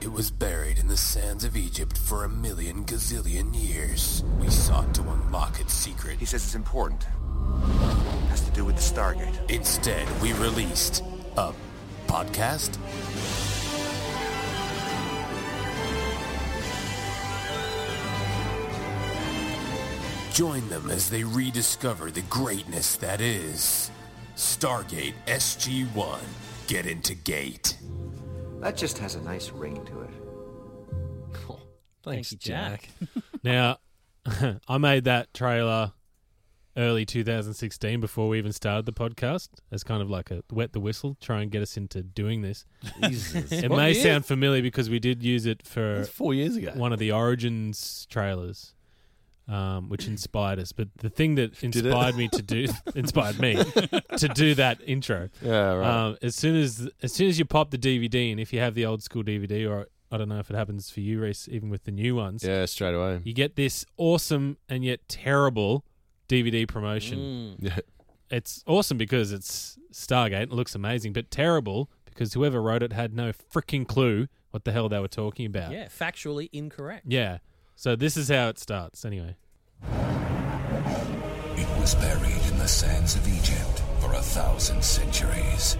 It was buried in the sands of Egypt for a million gazillion years. We sought to unlock its secret. He says it's important. Has to do with the Stargate. Instead, we released a podcast? Join them as they rediscover the greatness that is Stargate SG-1. Get into gate. That just has a nice ring to it. Thanks, Thank you, Jack. now, I made that trailer early 2016 before we even started the podcast as kind of like a wet the whistle, try and get us into doing this. It What may year? sound familiar because we did use it for It's four years ago. one of the Origins trailers, um, which inspired us. But the thing that it? inspired me to do inspired me to do that intro. Yeah, right. Um, as soon as as soon as you pop the DVD, and if you have the old school DVD, or I don't know if it happens for you, Reese, even with the new ones, yeah, straight away. you get this awesome and yet terrible DVD promotion Yeah. it's awesome because it's Stargate. It looks amazing, but terrible because whoever wrote it had no freaking clue what the hell they were talking about. Yeah, factually incorrect. Yeah. So this is how it starts, anyway. It was buried in the sands of Egypt for a thousand centuries.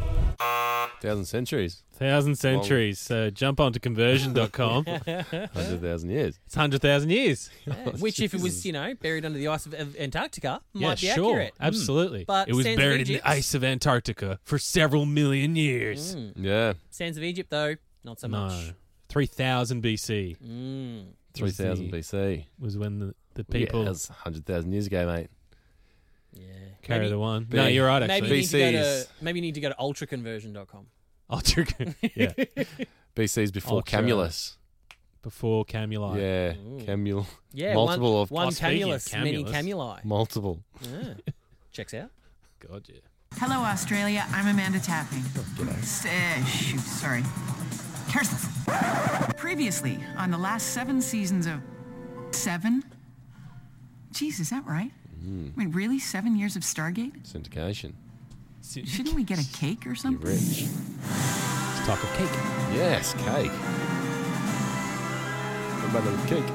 Thousand centuries. Thousand centuries. So jump onto conversion.com. Hundred thousand years. it's 100,000 years. Yeah, Which, if it was, you know, buried under the ice of, of Antarctica, yeah, might be sure. accurate. Hmm. Absolutely. But it was Sands of buried in Egypt- the ice of Antarctica for several million years. Hmm. Yeah. Sands of Egypt, though, not so No. much. 3000 BC Hmm. Three thousand BC. was when the, the people Yeah, hundred thousand years ago, mate. Yeah. carry maybe, the one. No, you're right, Maybe actually. you, need to go to, BCs. maybe you need to go to ultraconversion.com. Ultra, yeah. BC's before Ultra. Camulus. Before Camuli. Yeah. Camul. Yeah, Multiple one, of- one Oh, speaking of camulus, many camulus. camuli. Multiple. Checks out. God, yeah. Hello, Australia. I'm Amanda Tapping. S- uh, shoot, sorry. Curses. Previously, on the last seven seasons of. Seven? Jeez, is that right? I mean, really? Seven years of Stargate? Syndication. Shouldn't we get a cake or Um, You something? rich. Let's talk of cake. Yes, cake. What about the cake?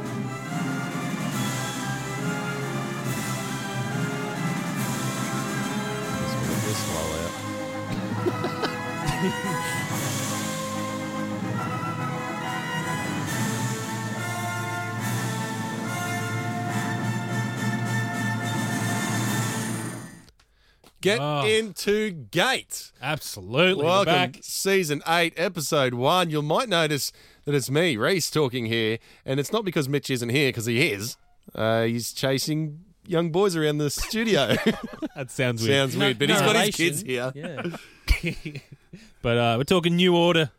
Just put this while out. Get Oh. into gate. Absolutely. We're Welcome, back. season eight, episode one. You might notice that it's me, Reese, talking here, and it's not because Mitch isn't here, because he is. Uh, he's chasing young boys around the studio. That sounds weird. Sounds weird, but no he's got relation. his kids here. Yeah. But uh, we're talking new order.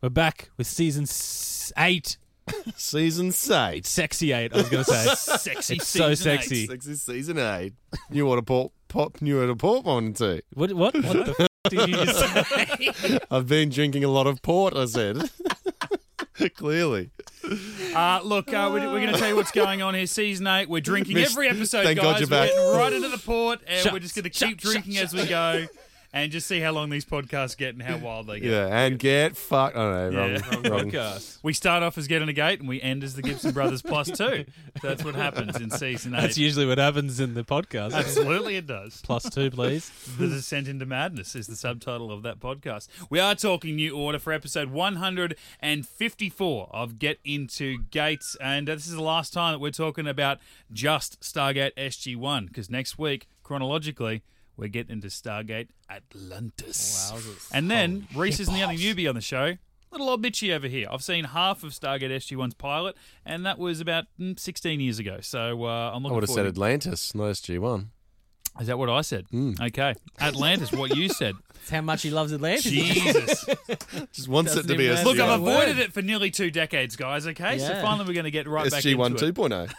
We're back with season s- eight. Season eight, Sexy eight, I was going to say. sexy It's so season eight. sexy. sexy season eight. New order port, pop, new order port one and two. What, what, what the f- did you just say? I've been drinking a lot of port. I said. Clearly, Uh, look, uh, we're, we're going to tell you what's going on here. Season eight, we're drinking Mitch, every episode, thank God guys. you're we're back. getting right into the port, and Shots, we're just going to shots, keep drinking shots, as we go, and just see how long these podcasts get and how wild they get. yeah, and get fucked. I don't know. Yeah. Wrong, wrong, Podcast. We start off as getting a gate, and we end as the Gibson Brothers plus two. That's what happens in season eight. That's usually what happens in the podcast. Absolutely, it does. Plus two, please. The Descent into Madness is the subtitle of that podcast. We are talking New Order for episode 154 of Get Into Gates. And uh, this is the last time that we're talking about just Stargate SG1, because next week, chronologically, we're getting into Stargate Atlantis. And then, Reese isn't the only newbie on the show. Little old Mitchy over here. I've seen half of Stargate SG1's pilot, and that was about mm, 16 years ago. So uh, I'm I looking would have forward said to Atlantis, not SG one. Is that what I said? Hmm. Okay. Atlantis, what you said. That's how much he loves Atlantis. Jesus. Just wants it Doesn't to be even- SG1. Look, Yeah. I've avoided it for nearly two decades, guys, okay? So Yeah. finally we're going to get right back into SG1 it. 2.0.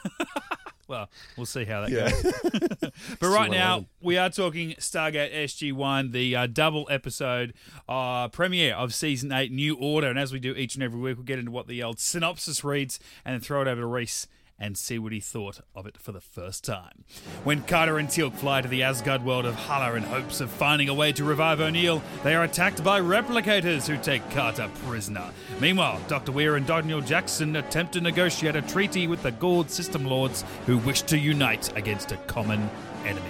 Well, we'll see how that Yeah. goes. but right SG1 now, eleven. we are talking Stargate SG1, the uh, double episode uh, premiere of Season 8 New Order. And as we do each and every week, we'll get into what the old synopsis reads and then throw it over to Reese and see what he thought of it for the first time. When Carter and Teal'c fly to the Asgard world of Hala in hopes of finding a way to revive O'Neill, they are attacked by replicators who take Carter prisoner. Meanwhile, Dr. Weir and Daniel Jackson attempt to negotiate a treaty with the Gold System Lords who wish to unite against a common enemy.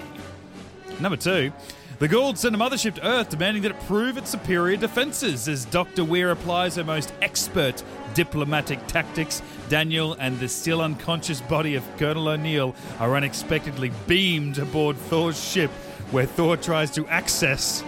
Number two, the Gould sent a mothership to Earth demanding that it prove its superior defenses as Dr. Weir applies her most expert diplomatic tactics. Daniel and the still unconscious body of Colonel O'Neill are unexpectedly beamed aboard Thor's ship, where Thor tries to access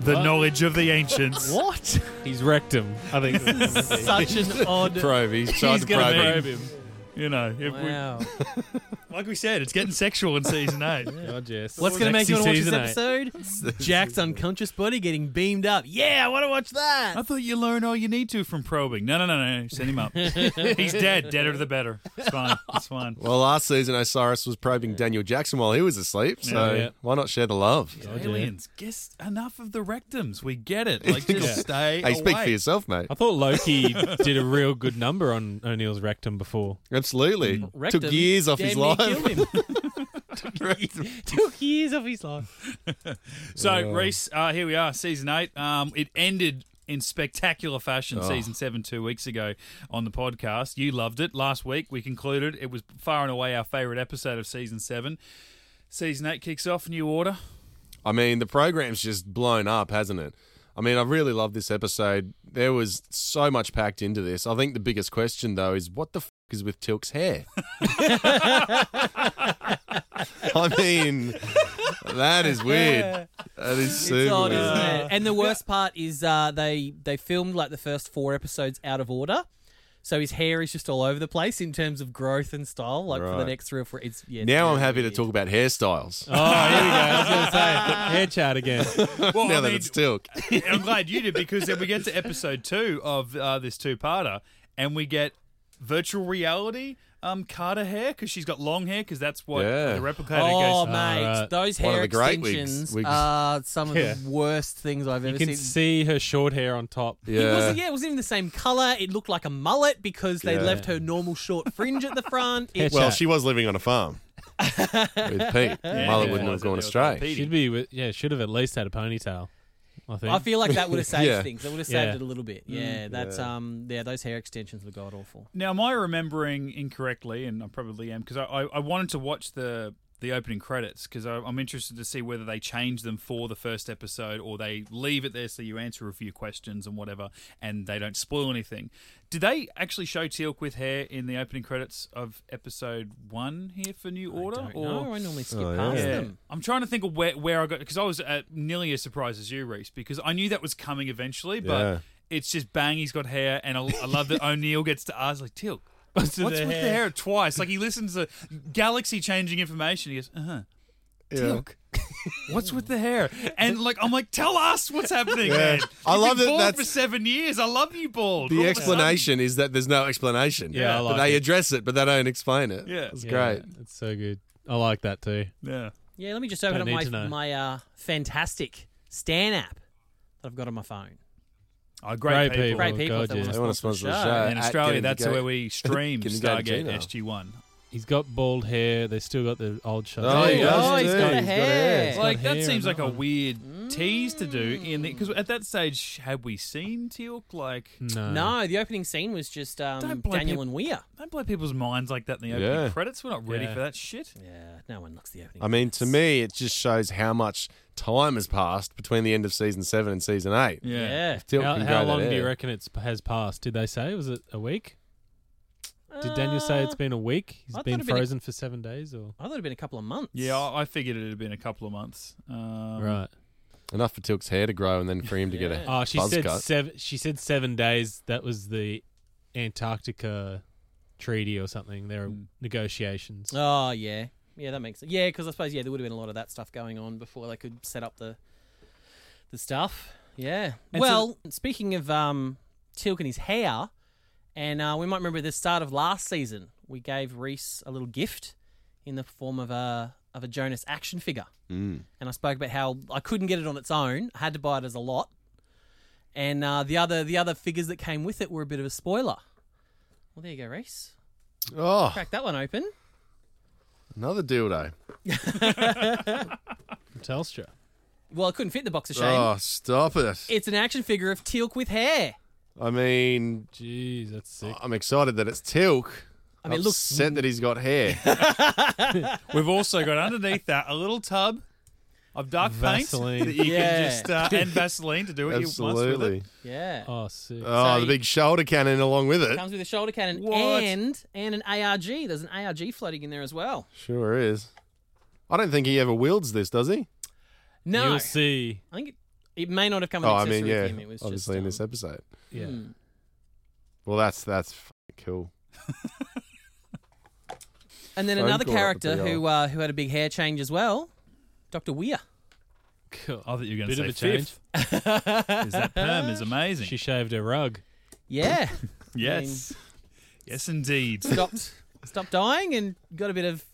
the knowledge of the ancients. What? He's wrecked him. I think. Such an odd. Probe. He's trying He's to gonna probe. be- him. Probe him. You know, if Wow. we, like we said, it's getting sexual in season eight. God, yes. What's going to make you want to Oh, Sexy watch this season eight. episode? Jack's unconscious body getting beamed up. Yeah, I want to watch I that. thought you learn all you need to from probing. No, no, no, no. Send him up. He's dead. Deader the better. It's fine. It's fine. Well, last season Osiris was probing Daniel Jackson while he was asleep, so Yeah. why not share the love? Aliens, guess enough of the rectums. We get it. Like, just Yeah. stay Hey, speak away. for yourself, mate. I thought Loki did a real good number on O'Neill's rectum before. Absolutely. Wrecked Took him. years off Damn his near life. killed him. Took years of his life. So, Reese, uh, here we are, season eight. Um, it ended in spectacular fashion, season seven, two weeks ago on the podcast. You loved it. Last week, we concluded it was far and away our favorite episode of season seven. Season eight kicks off, new order. I mean, the program's just blown up, hasn't it? I mean, I really love this episode. There was so much packed into this. I think the biggest question, though, is what the f is with Tilk's hair? I mean, that is weird. That is It's super odd, weird. isn't it? And the worst part is uh, they they filmed like the first four episodes out of order. So his hair is just all over the place in terms of growth and style. Like for the Right. next three or four, it's yeah. Now I'm it's happy to weird. talk about hairstyles. Oh, here we go. I was going to say hair chat again. Well, now I that mean, it's Tilk. I'm glad you did because then we get to episode two of uh, this two-parter, and we get virtual reality. Um, Carter hair because she's got long hair because that's what Yeah. the replicator Oh, goes. mate, Alright. those One of hair the great wigs. extensions Wigs. are some of Yeah. the worst things I've ever You can seen. see her short hair on top. It Yeah. wasn't, yeah, it wasn't even the same color. It looked like a mullet because they Yeah. left her normal short fringe at the front. It, Well, Chat. she was living on a farm with Pete. Yeah, Mullet yeah. wouldn't have gone Yeah. astray. Petey. Should be, with, yeah, should have at least had a ponytail. I think. I feel like that would have saved Yeah. Mm. things. That would have saved Yeah. it a little bit. Yeah, that's um, yeah, those hair extensions were god awful. Now, am I remembering incorrectly? And I probably am because I, I, I wanted to watch the the opening credits because I'm interested to see whether they change them for the first episode or they leave it there so you answer a few questions and whatever, and they don't spoil anything. Did they actually show Teal'c with hair in the opening credits of episode one here for New Order? I don't or know. I normally skip Oh, past them. I'm trying to think of where, where I got because I was uh nearly as surprised as you, Reese, because I knew that was coming eventually, but Yeah. it's just bang, he's got hair, and I, I love that O'Neill gets to ask like Tilk, What's what's with with the the hair?" hair twice? Like he listens to galaxy changing information. He goes, uh huh. Tilk, what's with the hair? And like I'm like, tell us what's happening. Man. I You've love that been bald that's- for seven years. I love you, bald. All The of a sudden- explanation is that there's no explanation. Yeah, I but like they it. address it, but they don't explain it. Yeah. it's Yeah, great. It's so good. I like that too. Yeah. Yeah, let me just open Don't need up to my know. my uh, fantastic Stan app that I've got on my phone. Oh, great, Great people. people. Great Oh, people, God, if they yeah. want They to want to sponsor sponsor the the show. show. In At- Australia, get them that's to go- where we stream Can you go to Stargate Gmail? SG1. He's got bald hair. They still got the old shot. Oh, he does. oh, he he's do. got a He's got hair. hair. got like that hair seems and like all. a weird tease to do in the because at that stage had we seen Teal'c like No. No, the opening scene was just um, Don't blame Daniel you- and Weir. don't blow people's minds like that in the opening Yeah. credits we're not ready Yeah. for that shit Yeah, no one looks the opening. I mean, to me, it just shows how much time has passed between the end of season seven and season eight. yeah. Still How, can how grow that long do you hair. reckon it's has passed? Did they say? Was it a week? Did Daniel say it's Uh, been a week? He's I thought been it'd been a- frozen for seven days, or I thought it'd been a couple of months. yeah I, I figured it had been a couple of months um, right? Enough for Tilk's hair to grow and then for him to get a Oh, she buzz said cut. seven. She said seven days. That was the Antarctica treaty or something. There are negotiations. Oh yeah, yeah, that makes sense. Yeah, because I suppose yeah, there would have been a lot of that stuff going on before they could set up the the stuff. Yeah. And so- well, speaking of um, Tilk and his hair, and uh, we might remember at the start of last season, we gave Reese a little gift in the form of a of a Jonas action figure, mm. and I spoke about how I couldn't get it on its own; I had to buy it as a lot. And uh, the other the other figures that came with it were a bit of a spoiler. Well, there you go, Reese. Oh, Crack that one open. another dildo. Telstra. Well, I couldn't fit the box of shame. Oh, stop it. It's an action figure of Teal'c with hair. I mean, Jeez, that's sick. I'm excited that it's Tilk. I mean, it am looks- upset that he's got hair. We've also got underneath that a little tub of dark Vaseline. paint that you Yeah. can just uh, and Vaseline to do what you must with Absolutely. it. Yeah. Oh, sick. Uh, So Oh, the you- big shoulder cannon along with it. Comes with a shoulder cannon What? and and an ARG. There's an ARG floating in there as well. Sure is. I don't think he ever wields this, does he? No, I You'll see. think it, it may not have come. Oh, With I accessory mean, yeah, with him. It was obviously just, in um, this episode. Yeah. Well, that's that's fucking cool. And then Phone another call up at character the, uh, who uh, who had a big hair change as well, Doctor Weir. Cool. I thought you were going Bit of a to say change. fifth. Because that perm is amazing. She shaved her rug. Yeah, yes. Yes, indeed. stopped stopped dying and got a bit of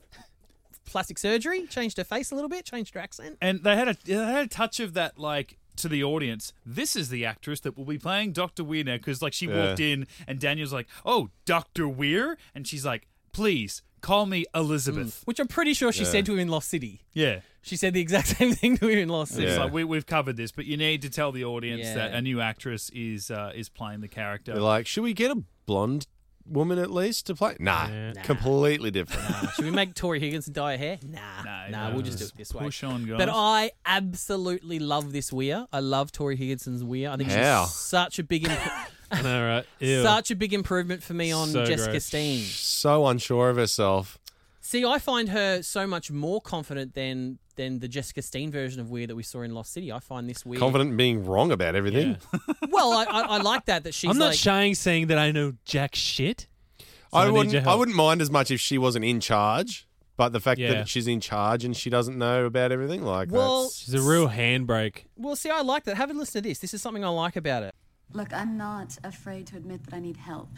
plastic surgery. Changed her face a little bit. Changed her accent. And they had a they had a touch of that like to the audience. This is the actress that will be playing Doctor Weir now because like she walked in and Daniel's like, "Oh, Doctor Weir," and she's like, "Please call me Elizabeth." Which I'm pretty sure she said to him in Lost City. Yeah. She said the exact same thing to him in Lost City. It's Yeah. like we, we've covered this, but you need to tell the audience Yeah. that a new actress is uh, is playing the character. They're like, should we get a blonde woman at least to play? Nah, Yeah. Nah. completely different. Should we make Tori Higgins dye her hair? Nah, No, nah, no, we'll just do just it this way. push on, guys. But I absolutely love this Weir. I love Tori Higginson's Weir. I think How? she's such a big, imp- All right. Ew. such a big improvement for me on So Jessica gross. Steen. so unsure of herself. See, I find her so much more confident than than the Jessica Steen version of Weir that we saw in Lost City. I find this Weir Confident in being wrong about everything. Well, I, I, I like that that she's I'm not like shying saying that I know jack shit. So I need your wouldn't. I help. wouldn't mind as much if she wasn't in charge, but the fact Yeah. that she's in charge and she doesn't know about everything like Well- that's She's a real handbrake. Well, see, I like that. Have a listen to this. This is something I like about it. Look, I'm not afraid to admit that I need help.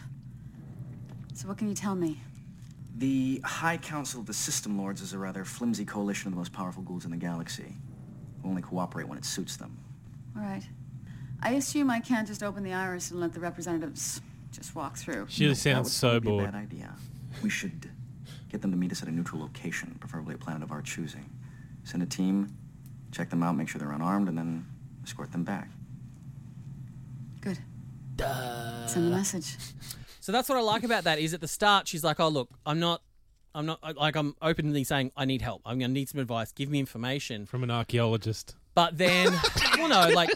So what can you tell me? The High Council of the System Lords is a rather flimsy coalition of the most powerful ghouls in the galaxy, who only cooperate when it suits them. All right. I assume I can't just open the iris and let the representatives just walk through. She No, that sounds would so probably be bored. A bad idea. We should get them to meet us at a neutral location, preferably a planet of our choosing. Send a team, check them out, make sure they're unarmed, and then escort them back. Good. Send the message. So that's what I like about that is at the start she's like, "Oh look, I'm not, I'm not I- like I'm openly saying I need help. I'm gonna need some advice. Give me information." From an archaeologist. But then, well, no, like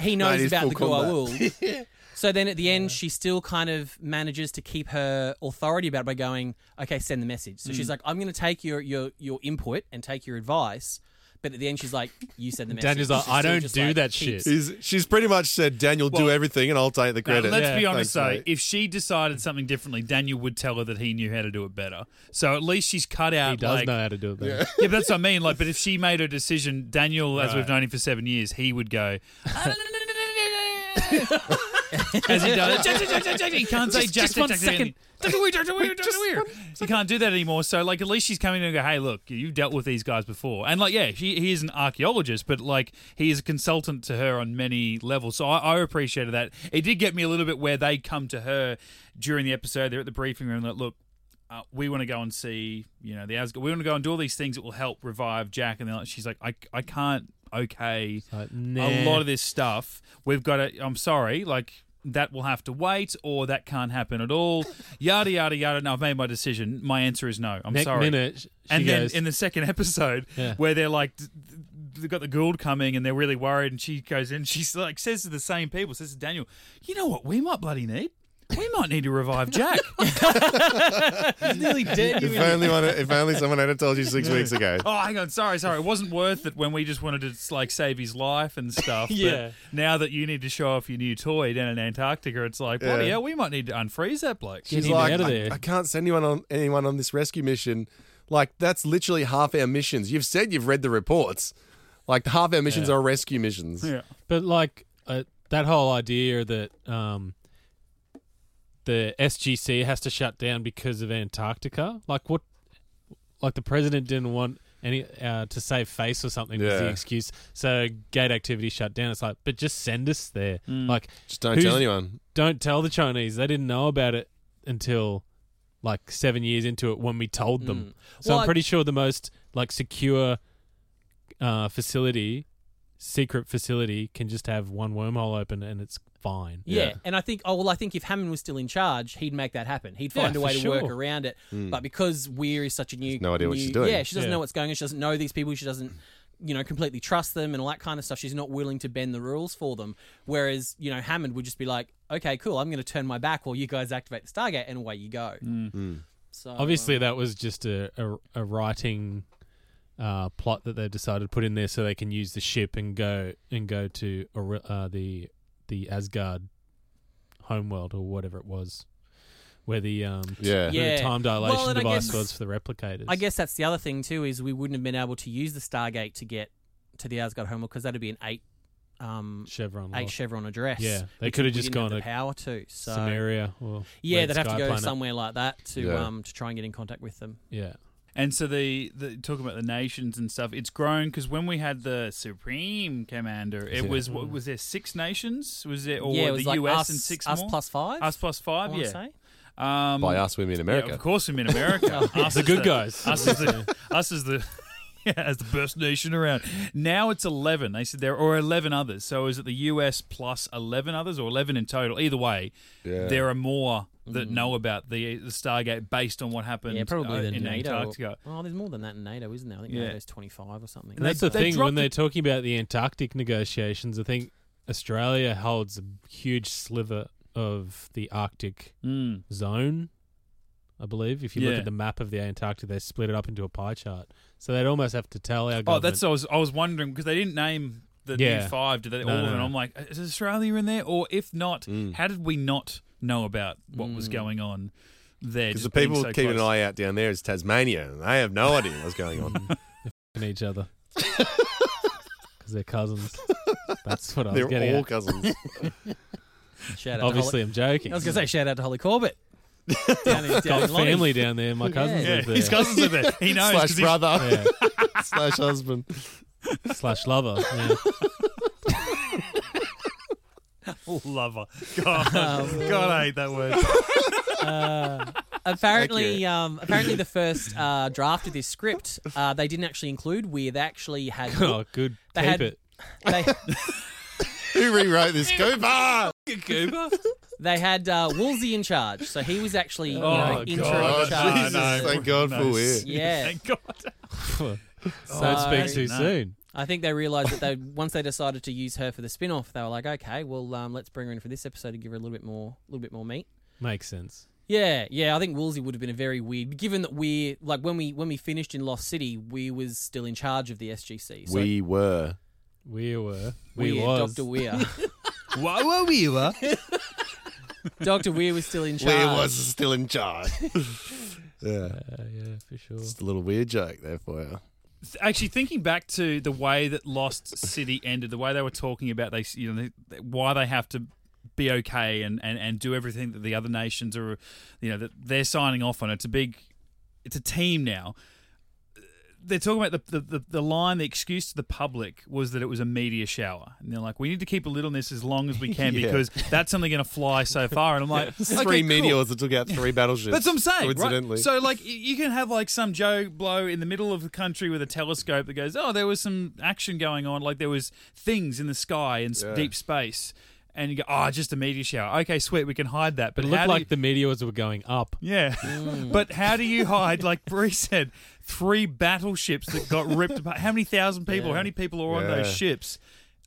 he knows Mate, he's about the full combat. Goa'uld. So then at the end, she still kind of manages to keep her authority about it by going, "Okay, send the message." So Mm. she's like, "I'm going to take your your your input and take your advice." But at the end, she's like, "You send the message." Daniel's like, So she "I still don't just, do that keeps- shit." She's, she's pretty much said, Daniel, do Well- everything and I'll take the Now, credit. let's be Thanks, honest though, mate. if she decided something differently, Daniel would tell her that he knew how to do it better. So at least she's cut out. He does like, know how to do it. though. Yeah, but that's what I mean. Like, but if she made her decision, Daniel, as we've known him for seven years, he would go. as he does, he can't say Just- Jack. just one Jack- Jack- second. Dr. Weir, Dr. Weir, Dr. Weir. He can't do that anymore. So, like, at least she's coming in and go, "Hey, look, you've dealt with these guys before." And like, yeah, he, he is an archaeologist, but like, he is a consultant to her on many levels. So I, I appreciated that. It did get me a little bit where they come to her during the episode. They're at the briefing room. Like, look, uh, we want to go and see, you know, the Asgard. We want to go and do all these things that will help revive Jack. And they're like, she's like, I, I can't okay Like, a nah. lot of this stuff. We've got to, I'm sorry, like, that will have to wait or that can't happen at all. Yada, yada, yada. No, I've made my decision. My answer is no. I'm Next sorry. minute, sh- she and then goes, in the second episode, Yeah. where they're like, th- th- they've got the Gould coming and they're really worried. And she goes in, she's like, says to the same people, says to Daniel, you know what we might bloody need? We might need to revive Jack. He's nearly dead. you if, only one, if only someone had told you six weeks ago. Oh, hang on. Sorry, sorry. It wasn't worth it when we just wanted to like save his life and stuff. Yeah. But now that you need to show off your new toy down in Antarctica, it's like, bloody Yeah. hell, we might need to unfreeze that bloke. Get She's him like, out of I- there. I, can't send anyone on anyone on this rescue mission. Like that's literally half our missions. You've said you've read the reports. Like half our missions are rescue missions. Yeah. But like uh, that whole idea that um, the SGC has to shut down because of Antarctica. Like what? Like the president didn't want any uh, to save face or something was the Yeah. excuse. So gate activity shut down. It's like, but just send us there. Like Just don't who's- tell anyone. Don't tell the Chinese. They didn't know about it until like seven years into it when we told them. Mm. So Well, I'm I- pretty sure the most like secure uh, facility, secret facility, can just have one wormhole open and it's fine. Yeah. Yeah. and I think oh well, I think if Hammond was still in charge, he'd make that happen. He'd find Yeah, a way for to work sure. around it. But because Weir is such a new, Hmm. no idea what new- she's doing. Yeah, she doesn't Yeah. know what's going on. She doesn't know these people. She doesn't, you know, completely trust them and all that kind of stuff. She's not willing to bend the rules for them. Whereas you know Hammond would just be like, okay, cool, I'm going to turn my back while you guys activate the Stargate, and away you go. Hmm. So Obviously, that was just a a, a writing uh, plot that they decided to put in there so they can use the ship and go and go to Ori- uh, the the Asgard homeworld or whatever it was, where the um Yeah. where Yeah. the time Well, dilation and I device guess- was for the replicators. I guess that's the other thing too is we wouldn't have been able to use the Stargate to get to the Asgard homeworld because that'd be an eight, um, Chevron eight lost chevron address. Yeah, they which coulda we just didn't gone the to power to so Samaria or yeah, Red they'd have to Sky go Planet. somewhere like that to Yeah. um to try and get in contact with them. Yeah, And so the, the talking about the nations and stuff, it's grown because when we had the Supreme Commander, it Yeah. was what was there six nations? Was there or Mm. yeah, it the was like US us, and six us more? plus five. us plus I five, wanna yeah. say. Um, By us, we mean America. Yeah, of course, I'm in America. us Oh, The is good guys. Us is the, us is the yeah, as the best nation around. Now it's 11. They said there are 11 others. So is it the US plus 11 others or 11 in total? Either way, Yeah. there are more Mm. that know about the, the Stargate based on what happened Yeah, probably uh, the in NATO. Antarctica. Oh, there's more than that in NATO, isn't there? I think Yeah. NATO's 25 or something. And that's they- the they thing when dropped they're it- talking about the Antarctic negotiations. I think Australia holds a huge sliver of the Arctic Mm. zone, I believe. If you look Yeah. at the map of the Antarctic, they split it up into a pie chart. So they'd almost have to tell our Oh, government. that's I was I was wondering because they didn't name the Yeah. new five. Did they No, all of no, them? no. I'm like, is Australia in there? Or if not, Hmm. how did we not know about what Hmm. was going on there? Because the just being people so keeping an close? eye out down there is Tasmania, and they have no idea what's going on. in each other. Because they're cousins. That's what I was They're getting all at. cousins. Shout out Obviously, to I'm Holly, joking. I was going to say shout out to Holly Corbett. down in, down in Got Lottie. family down there. My cousins Yeah, live there. his cousins are there. He knows. slash 'cause he's- brother, Yeah. slash husband. Slash lover. Yeah. Oh, lover. God, God, I hate that word. apparently, um, apparently, the first uh, draft of this script, uh, they didn't actually include Weir. They actually had Oh, good. They Keep had- it. they, Who rewrote this? Cooper! they had uh, Woolsey in charge, so he was actually you know, Oh, interim God. Oh, in charge. Jesus. No, no. Thank God for No. weird. Yeah. Thank God. Don't speak So- too No. soon. I think they realized that they once they decided to use her for the spin-off, they were like, okay, well, um, let's bring her in for this episode and give her a little bit more, a little bit more meat. Makes sense. Yeah, yeah. I think Woolsey would have been a very weird, given that we like when we when we finished in Lost City, we was still in charge of the SGC. So we were. We were. We, Weir, was. Doctor Weir. Why were we? Were? Doctor Weir was still in We charge. was still in charge. yeah. Uh, yeah, for sure. Just a little weird joke there for you. Actually, thinking back to the way that Lost City ended, the way they were talking about they, you know, they, why they have to be okay and, and, and do everything that the other nations are, you know, that they're signing off on. It's a big, it's a team now. They're talking about the, the, the, the line, the excuse to the public was that it was a media shower. And they're like, we need to keep a lid on this as long as we can Yeah. because that's only going to fly so far. And I'm like, Three okay, cool. meteors that took out three battleships. That's what I'm saying. Coincidentally. Right? So, like, y- you can have like some Joe Blow in the middle of the country with a telescope that goes, "Oh, there was some action going on. Like, there was things in the sky and s Yeah. deep space." And you go, "Oh, just a meteor shower. Okay, sweet, we can hide that." But It how looked do like you- the meteors were going up. yeah, Mm. but how do you hide? Like Bree said, three battleships that got ripped apart. How many thousand people? How many people are on Yeah. those ships?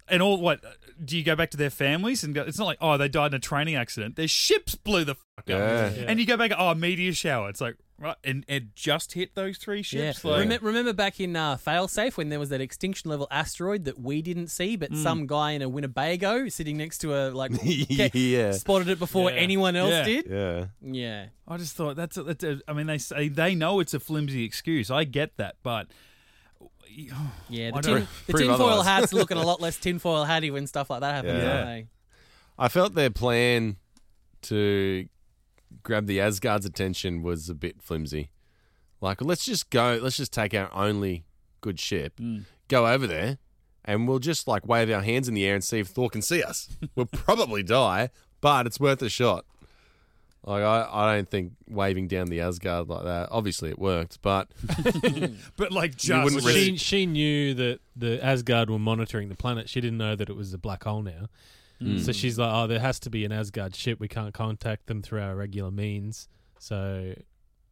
And all what? Do you go back to their families and go? It's not like oh, they died in a training accident. Their ships blew the fuck up. yeah. And you go back, oh, meteor shower. It's like, right, and it just hit those three Yeah. ships. Like, Remem- remember back in uh, Failsafe when there was that extinction level asteroid that we didn't see, but some guy in a Winnebago sitting next to a like ca- Yeah. spotted it before Yeah. anyone else Yeah. did. Yeah. Yeah. I just thought that's, a, that's a, I mean, they say they know it's a flimsy excuse. I get that, but Yeah, the, Why tin, not? the Prove tinfoil otherwise. hats looking a lot less tinfoil hatty when stuff like that happens, Yeah. aren't they? I felt their plan to grab the Asgard's attention was a bit flimsy. Like, let's just go, let's just take our only good ship, Hmm. go over there, and we'll just like wave our hands in the air and see if Thor can see us. we'll probably die, but it's worth a shot. Like I, I don't think waving down the Asgard like that. Obviously, it worked, but But like You wouldn't just risk- She she knew that the Asgard were monitoring the planet. She didn't know that it was a black hole now. So Mm. she's like, "Oh, there has to be an Asgard ship. We can't contact them through our regular means. So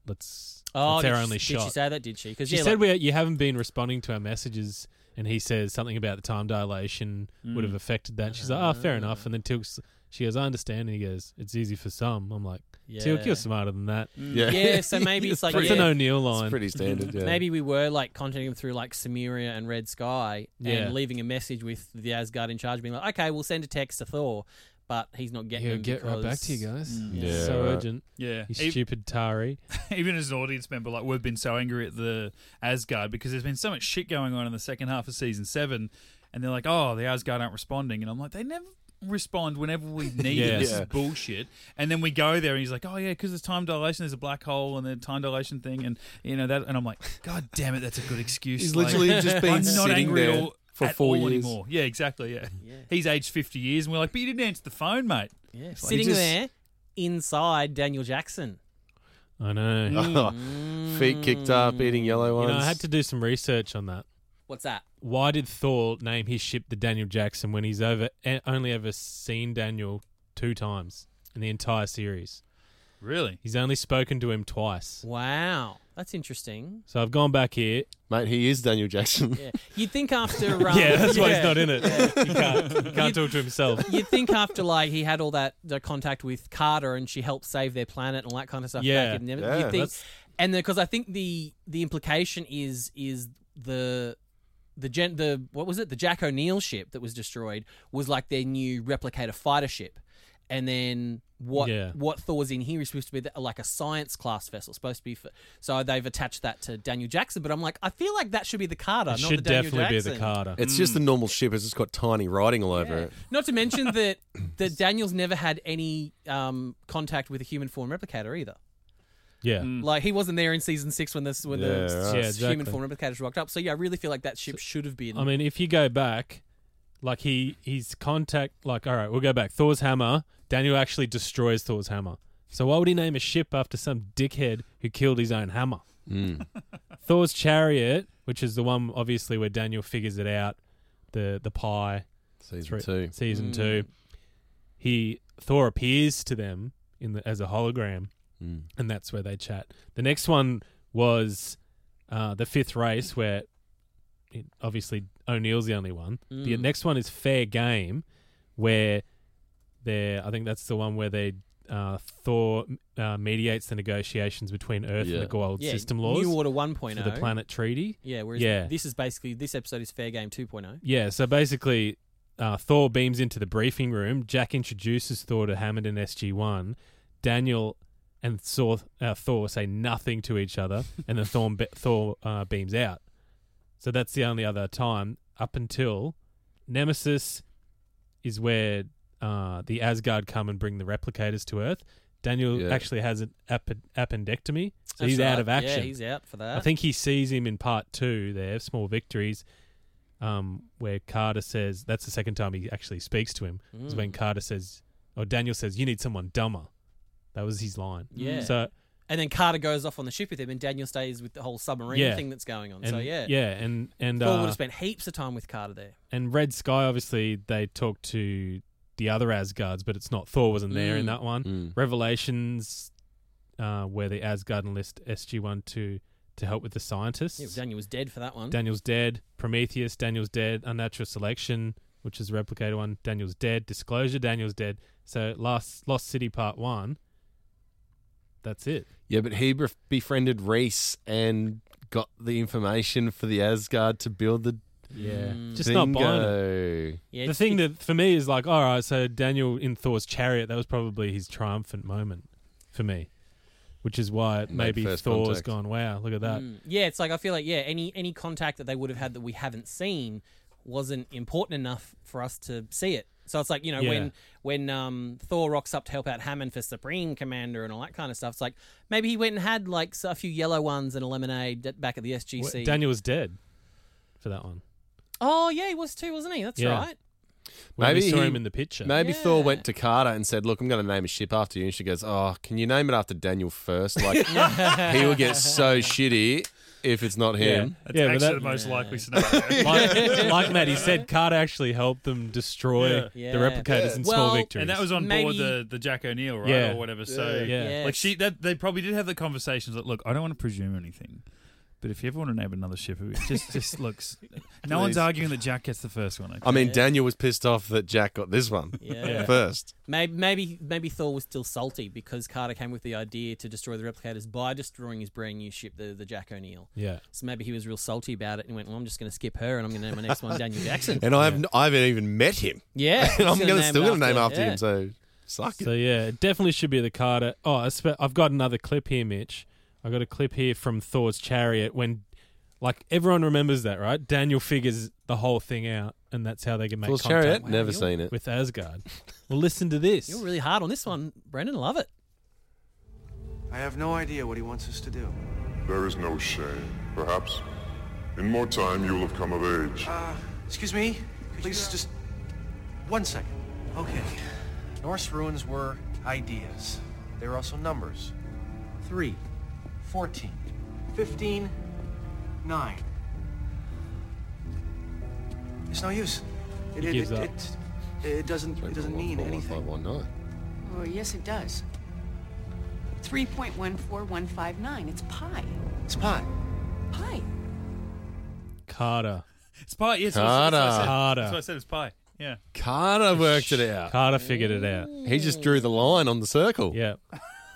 let's. Oh, that's did our she- only did shot." she say that? Did she? Because She said we you haven't been responding to our messages, and he says something about the time dilation would Mm. have affected that. And she's like, "Oh, Ah. fair enough." And then Tilk's she goes, "I understand." And he goes, "It's easy for some." I'm like, "Tilk, Yeah. Mm. you're smarter than that." yeah, Yeah, so maybe it's like, pretty, It's an yeah. O'Neill it's line. pretty standard. Yeah. Maybe we were like contacting them through like Samaria and Red Sky Yeah. and leaving a message with the Asgard in charge being like, okay, we'll send a text to Thor, but he's not getting He'll them get right back to you because- guys. Mm. It's Yeah, so right. urgent. yeah. You E- stupid Tari. even as an audience member, like we've been so angry at the Asgard because there's been so much shit going on in the second half of season seven, and they're like, "Oh, the Asgard aren't responding," and I'm like, "They never." Respond whenever we need Yeah. it. This Yeah. is bullshit. And then we go there, and he's like, "Oh yeah, because there's time dilation. There's a black hole, and the time dilation thing, and you know that." And I'm like, "God damn it, that's a good excuse." He's Like, literally just been I'm not sitting angry there all, for at four all years. anymore. Yeah, exactly. Yeah. he's aged 50 years, and we're like, "But you didn't answer the phone, mate." Yeah, like- sitting He just- there inside Daniel Jackson. I Mm. know. Oh, Feet kicked up, eating yellow You ones. know, I had to do some research on that. What's that? Why did Thor name his ship the Daniel Jackson when he's over eh, only ever seen Daniel two times in the entire series? Really? He's only spoken to him twice. Wow, that's interesting. So I've gone back here. Mate, he is Daniel Jackson. Yeah, you'd think after um, yeah, that's why yeah. he's not in it. He can't, he can't talk to himself. You'd think after like he had all that the contact with Carter and she helped save their planet and all that kind of stuff. Yeah. back in them, Yeah, you'd think, that's- and because I think the the implication is is the the gen the what was it the Jack O'Neill ship that was destroyed was like their new replicator fighter ship, and then what Yeah. what Thor's in here is supposed to be the, like a science class vessel supposed to be for, so they've attached that to Daniel Jackson. But I'm like I feel like that should be the Carter, It not should the Daniel definitely Jackson. be the Carter. It's just a normal ship. It's just got tiny writing all over it. Not to mention that that Daniel's never had any um, contact with a human form replicator either. yeah. Like he wasn't there in season six when this when Yeah, the right. s- Yeah, human exactly. form replicators rocked up. So yeah, I really feel like that ship should have been. I mean, if you go back, like he he's contact like all right, we'll go back. Thor's hammer. Daniel actually destroys Thor's hammer. So why would he name a ship after some dickhead who killed his own hammer? Thor's chariot, which is the one obviously where Daniel figures it out, the the pie through Season two. season two. Mm. He Thor appears to them in the, as a hologram, Mm. and that's where they chat. The next one was uh, the fifth race, where it, obviously O'Neill's the only one. Mm. The next one is Fair Game, where they I think that's the one where they uh, Thor uh, mediates the negotiations between Earth and Yeah. the Gold yeah, System laws New Order 1.0. for the Planet Treaty. Yeah, whereas Yeah. this is basically this episode is fair game oh. 2.0. Yeah, so basically, uh, Thor beams into the briefing room. Jack introduces Thor to Hammond and SG1. Daniel and Thor, uh, Thor say nothing to each other, and then Thor, be- Thor uh, beams out. So that's the only other time up until Nemesis is where uh, the Asgard come and bring the replicators to Earth. Daniel Yeah. actually has an ap- appendectomy, so That's he's right. out of action. Yeah, he's out for that. I think he sees him in part two there, Small Victories, um, where Carter says, that's the second time he actually speaks to him, is Mm. when Carter says, or Daniel says, you need someone dumber. That was his line. Yeah. So, and then Carter goes off on the ship with him, and Daniel stays with the whole submarine Yeah. thing that's going on. and, so yeah, Yeah, and, and, Thor would uh, have spent heaps of time with Carter there. and Red Sky, obviously, they talk to the other Asgards, but it's not Thor wasn't there in Mm. that one. Revelations, uh, where the Asgard enlist SG1 to, to help with the scientists. Yeah, Daniel was dead for that Hmm? one. Daniel's dead. Prometheus, Daniel's dead. Unnatural selection, which is a replicated one. Daniel's dead. Disclosure, Daniel's dead. So last Lost City Part One. That's it. Yeah, but he bef- befriended Reese and got the information for the Asgard to build the Yeah, Hmm. just bingo. not buying it. yeah, The it's- thing that for me is like, all right, so Daniel in Thor's chariot, that was probably his triumphant moment for me, which is why maybe first Thor's contact. gone. Wow, look at that. Hmm, Mm. Yeah, it's like I feel like yeah, any any contact that they would have had that we haven't seen wasn't important enough for us to see it. So it's like you know Yeah. when when um, Thor rocks up to help out Hammond for Supreme Commander and all that kind of stuff. It's like maybe he went and had like s- a few yellow ones and a lemonade at- back at the Wh- SGC. Daniel was dead for that one. Oh yeah, he was too, wasn't he? That's Yeah. right. when we Maybe saw he- him in the picture. Maybe Thor went to Carter and said, "Look, I'm going to name a ship after you." And she goes, "Oh, can you name it after Daniel first? Like he will get so shitty if it's not him." That's Yeah, but actually that- the most likely scenario. like, like Maddie said, Carter actually helped them destroy Yeah. the replicators in Well- small victories. and that was on board Maybe- the, the Jack O'Neill, right, Yeah. or whatever. So Yeah. like she, that they probably did have the conversations. Like, look, I don't want to presume anything, but if you ever want to name another ship, it just just looks. No one's Please. Uh, arguing that Jack gets the first one. I mean, Daniel was pissed off that Jack got this one first. Yeah. Maybe, maybe maybe Thor was still salty because Carter came with the idea to destroy the replicators by destroying his brand new ship, the, the Jack O'Neill. yeah. So maybe he was real salty about it and went, "Well, I'm just going to skip her and I'm going to name my next one Daniel Jackson." And I haven't, I haven't even met him, Yeah, and I'm he's going to still going to name after yeah. him. So suck So it. yeah, it definitely should be the Carter. Oh, I spe- I've got another clip here, Mitch. I've got a clip here from Thor's chariot when, like, everyone remembers that, right? Daniel figures the whole thing out, and that's how they can make Thor's contact chariot, never you're- seen it. with Asgard. well, listen to this. You're really hard on this one, Brendan. Love it. I have no idea what he wants us to do. There is no shame. Perhaps in more time you will have come of age. Excuse me? Please just one second. Okay. Norse runes were ideas. They were also numbers. Three, 14, 15, 9. It's no use. It, He gives up. it, it doesn't it doesn't mean anything. Oh, yes, it does. 3.141559. It's pi. It's pie. Pi. Carter. it's pie. Yes, that's what- Harder. That's what I said. That's what I said. It's pie. Yeah. Carter worked it out. Carter figured it out. He just drew the line on the circle. Yeah.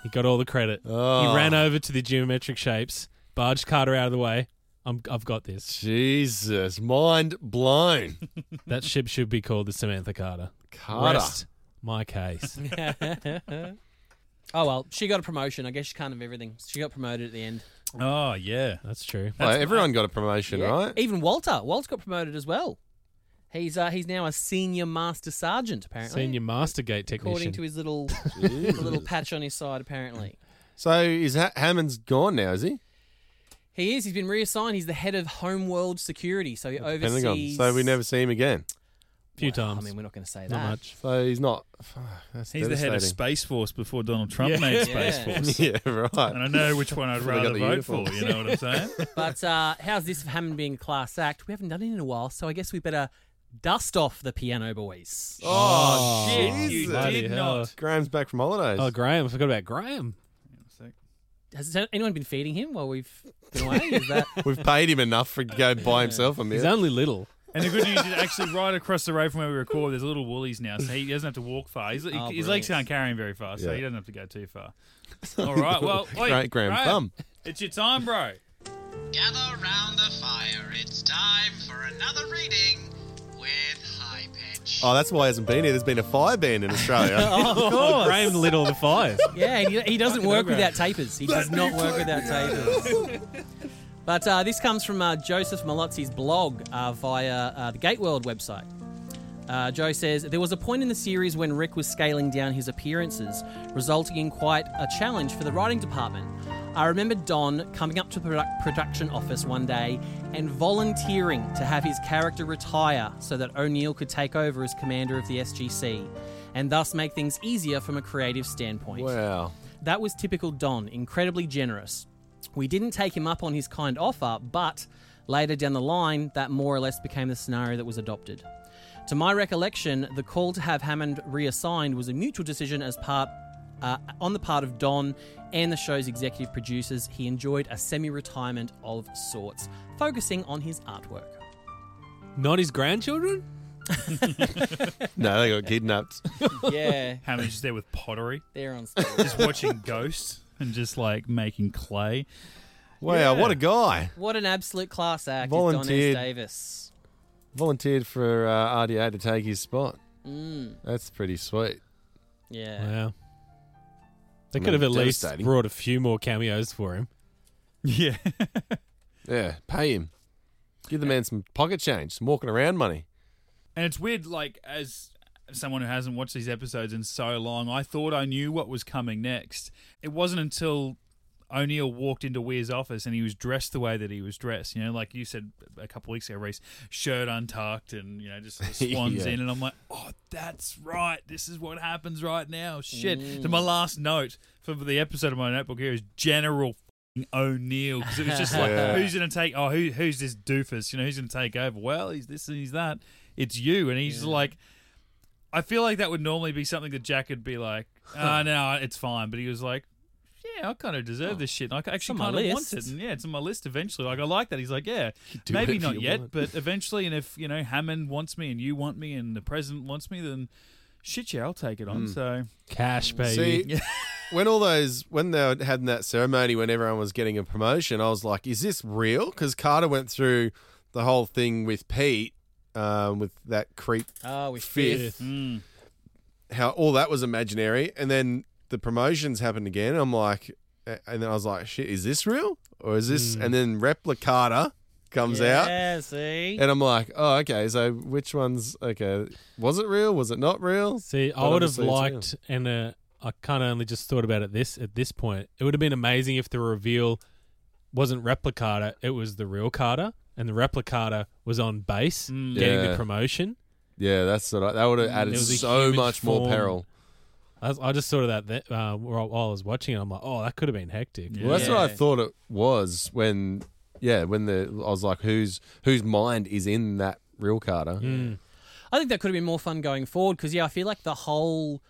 He got all the credit. He ran Oh. over to the geometric shapes, barged Carter out of the way. I'm, I've got this. Jesus, mind blown. That ship should be called the Samantha Carter. Carter. Rest my case. Oh well, she got a promotion. I guess she can't have everything. She got promoted at the end. Oh yeah. That's true. Well, everyone got a promotion, Yeah. right? Even Walter. Walter got promoted as well. He's uh, he's now a senior master sergeant apparently. Senior Mastergate According technician. to his little little patch on his side, apparently. So is ha- Hammond's gone now? Is he? He is. He's been reassigned. He's the head of Homeworld Security, so he oversees. Pentagon. So we never see him again. a few Well, times. I mean, we're not going to say that. Not much. So he's not. Fuck, that's He's the head of devastating. Space Force before Donald Trump made Space Yeah. Force. Yeah, And right. I know which one I'd Before they got rather the vote for. uniform. You know what I'm saying? But uh, how's this for Hammond being a class act? We haven't done it in a while, so I guess we better dust off the Piano Boys. Oh, you Jesus. Bloody did hell. not. Graham's back from holidays. Oh, Graham. I forgot about Graham. Has anyone been feeding him while we've been away? Is that We've paid him enough for to go buy himself a He's meal. only little. And the good news is actually right across the road from where we record, there's a little Woolies now, so he doesn't have to walk far. He's, Oh, his legs brilliant. aren't carrying very far, so Yeah. he doesn't have to go too far. All right, well, wait, Great grand Graham, thumb. It's your time, bro. Gather round the fire. It's time for another reading with High Pitch. Oh, that's why he hasn't been here. There's been a fire ban in Australia. Oh, Graham lit all the fires. Yeah, and he, he doesn't work without tapers. He does not work without tapers. But uh, this comes from uh, Joseph Malozzi's blog uh, via uh, the Gateworld website. Uh, Joe says there was a point in the series when Rick was scaling down his appearances, resulting in quite a challenge for the writing department. I remember Don coming up to the produc- production office one day and volunteering to have his character retire so that O'Neill could take over as commander of the SGC, and thus make things easier from a creative standpoint. wow. That was typical Don, incredibly generous. We didn't take him up on his kind offer, but later down the line, that more or less became the scenario that was adopted. To my recollection, the call to have Hammond reassigned was a mutual decision as part uh, on the part of Don and the show's executive producers. He enjoyed a semi-retirement of sorts, focusing on his artwork. Not his grandchildren? No, they got kidnapped. Yeah, Hammond's just there with pottery, they're on. just watching ghosts and just like making clay. Wow, what a guy. what an absolute class act is Volunteered. Don S. Davis. Volunteered for uh, RDA to take his spot. That's pretty sweet. Yeah. Mm, Wow. They I could have mean, at least devastating. brought a few more cameos for him. Yeah. Yeah, pay him. Give the man some pocket change, some walking around money. And it's weird, like, as someone who hasn't watched these episodes in so long, I thought I knew what was coming next. It wasn't until O'Neill walked into Weir's office and he was dressed the way that he was dressed. You know, like you said a couple weeks ago, Reese, shirt untucked and you know just sort of swans Yeah. in, and I'm like, oh, that's right. This is what happens right now. Shit. So my last note for the episode of my notebook here is General f***ing O'Neill because it was just like, Yeah. who's going to take? Oh, who, who's this doofus? You know, who's going to take over? Well, he's this and he's that. It's you, and he's like. I feel like that would normally be something that Jack would be like, uh, no, it's fine. But he was like, yeah, I kind of deserve this shit. and I actually on kind my of want list. it. And yeah, it's on my list eventually. Like, I like that. He's like, yeah, do maybe whatever not you yet, want. but eventually. And if, you know, Hammond wants me and you want me and the president wants me, then shit, yeah, I'll take it on. Mm. So Cash, See, when all those when they were having that ceremony when everyone was getting a promotion, I was like, "Is this real?" Because Carter went through the whole thing with Pete, um, with that creep Oh, with fifth, Fifth. Mm. how all that was imaginary, and then the promotions happened again. I'm like, and then I was like, "Shit, is this real or is this?" Hmm. Mm. And then Replicata comes out. Yeah, see? And I'm like, oh, okay. So which one's okay? Was it real? Was it not real? See, I would have liked, and uh, I kind of only just thought about it this at this point. It would have been amazing if the reveal wasn't Replicata; it was the real Carter, and the Replicata was on base Mm. getting Yeah. the promotion. Yeah, that's what I, that would have Hmm. It added was a so human much more form. peril. I, was- I just thought of that th- uh, while, while I was watching it. I'm like, oh, that could have been hectic. Well, that's what I thought it was when, yeah, when the I was like, whose whose mind is in that real Carter? Hmm. I think that could have been more fun going forward because yeah, I feel like the whole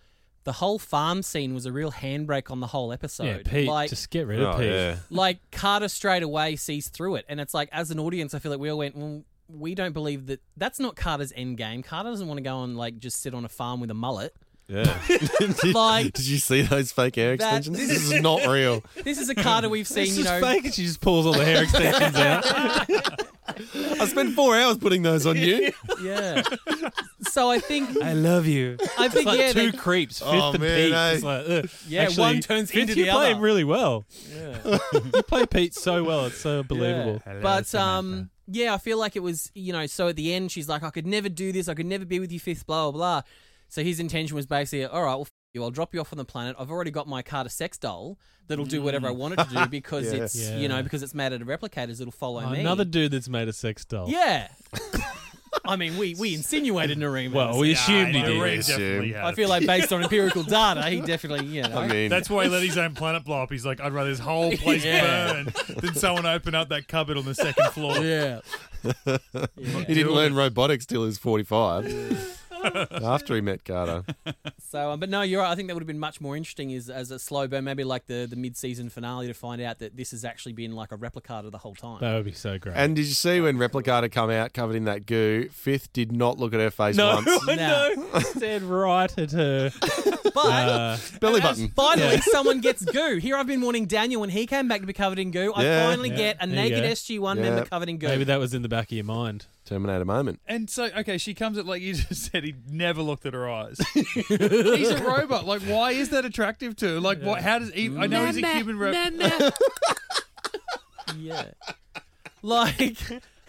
the whole farm scene was a real handbrake on the whole episode. Yeah, Pete, like, just get rid of Oh, Pete. yeah. like Carter straight away sees through it, and it's like as an audience, I feel like we all went. Well, we don't believe that. That's not Carter's end game. Carter doesn't want to go and like just sit on a farm with a mullet. Yeah. did, Like- did you see those fake hair That- extensions? this is not real. This is a Carter we've seen. This you is know, fake, and she just pulls all the hair extensions out. I spent four hours putting those on you. Yeah. So I think I love you. I It's think, like yeah, two they- creeps, fifth Oh, and man, Pete. I- It's like, ugh. Yeah, Actually, one turns Fifth, into you the play other. him really well. Yeah. you play Pete so well. It's so believable. Yeah. But um, yeah, I feel like it was you know. So at the end, she's like, "I could never do this. I could never be with you, fifth, blah blah blah." So his intention was basically, "All right, well, f- you. I'll drop you off on the planet. I've already got my Carter sex doll that'll do whatever I Mm. want it to do because Yeah. it's Yeah. Oh, you know because it's mad at the replicators. It'll follow uh, me." another dude that's made a sex doll. yeah. I mean, we we insinuated Nareem. Well, we assumed he did. definitely had I it. feel like based on empirical data, he definitely yeah. I mean, That's why he let his own planet blow up. He's like, I'd rather his whole Oh, place Yeah. burn than someone open up that cupboard on the second floor. yeah. he didn't learn robotics till he was 45. After he met Carter. So, um, but no, you're right. I think that would have been much more interesting is as a slow burn, maybe like the, the mid season finale to find out that this has actually been like a replicata the whole time. That would be so great. And did you see when Replicata come out covered in that goo? Fifth did not look at her face no, once. no, stared right at her. But Uh, Belly button. finally, someone gets goo. Here I've been warning Daniel when he came back to be covered in goo. Yeah. I finally Yeah. get a There you naked go. SG1 Yeah. member covered in goo. maybe that was in the back of your mind. Terminator moment. And so, okay, she comes at like you just said. He never looked at her eyes. he's a robot. Like, why is that attractive to? her? Like, what? How does? He, I know he's a human robot. yeah. Like,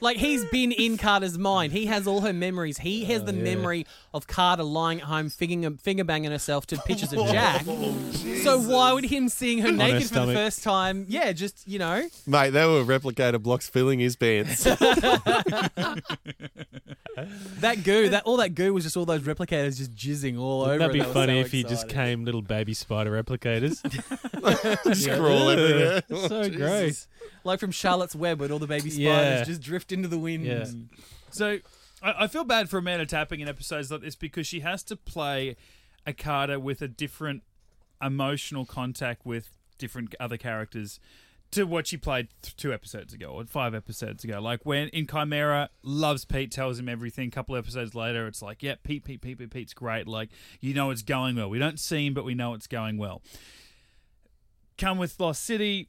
like he's been in Carter's mind. He has all her memories. He has Oh, the memory of Carter lying at home, finger, finger banging herself to pictures of Jack. so why would him seeing her Oh, On her naked for the stomach. first time? Yeah, just you know. Mate, they were replicator blocks filling his pants. That goo, that all that goo was just all those replicators just jizzing all Wouldn't over. that be it. was funny so if he just exciting. came little baby spider replicators? Just crawl everywhere. It's Oh, so great. like from Charlotte's Web, where all the baby spiders Yeah. just drift into the wind. Yeah. So, I, I feel bad for Amanda tapping in episodes like this because she has to play a Carter with a different emotional contact with different other characters to what she played th- two episodes ago or five episodes ago. Like when in Chimera, loves Pete, tells him everything. A couple episodes later, it's like, yeah, Pete, Pete, Pete, Pete, Pete's great. Like, you know, it's going well. We don't see him, but we know it's going well. Come with Lost City.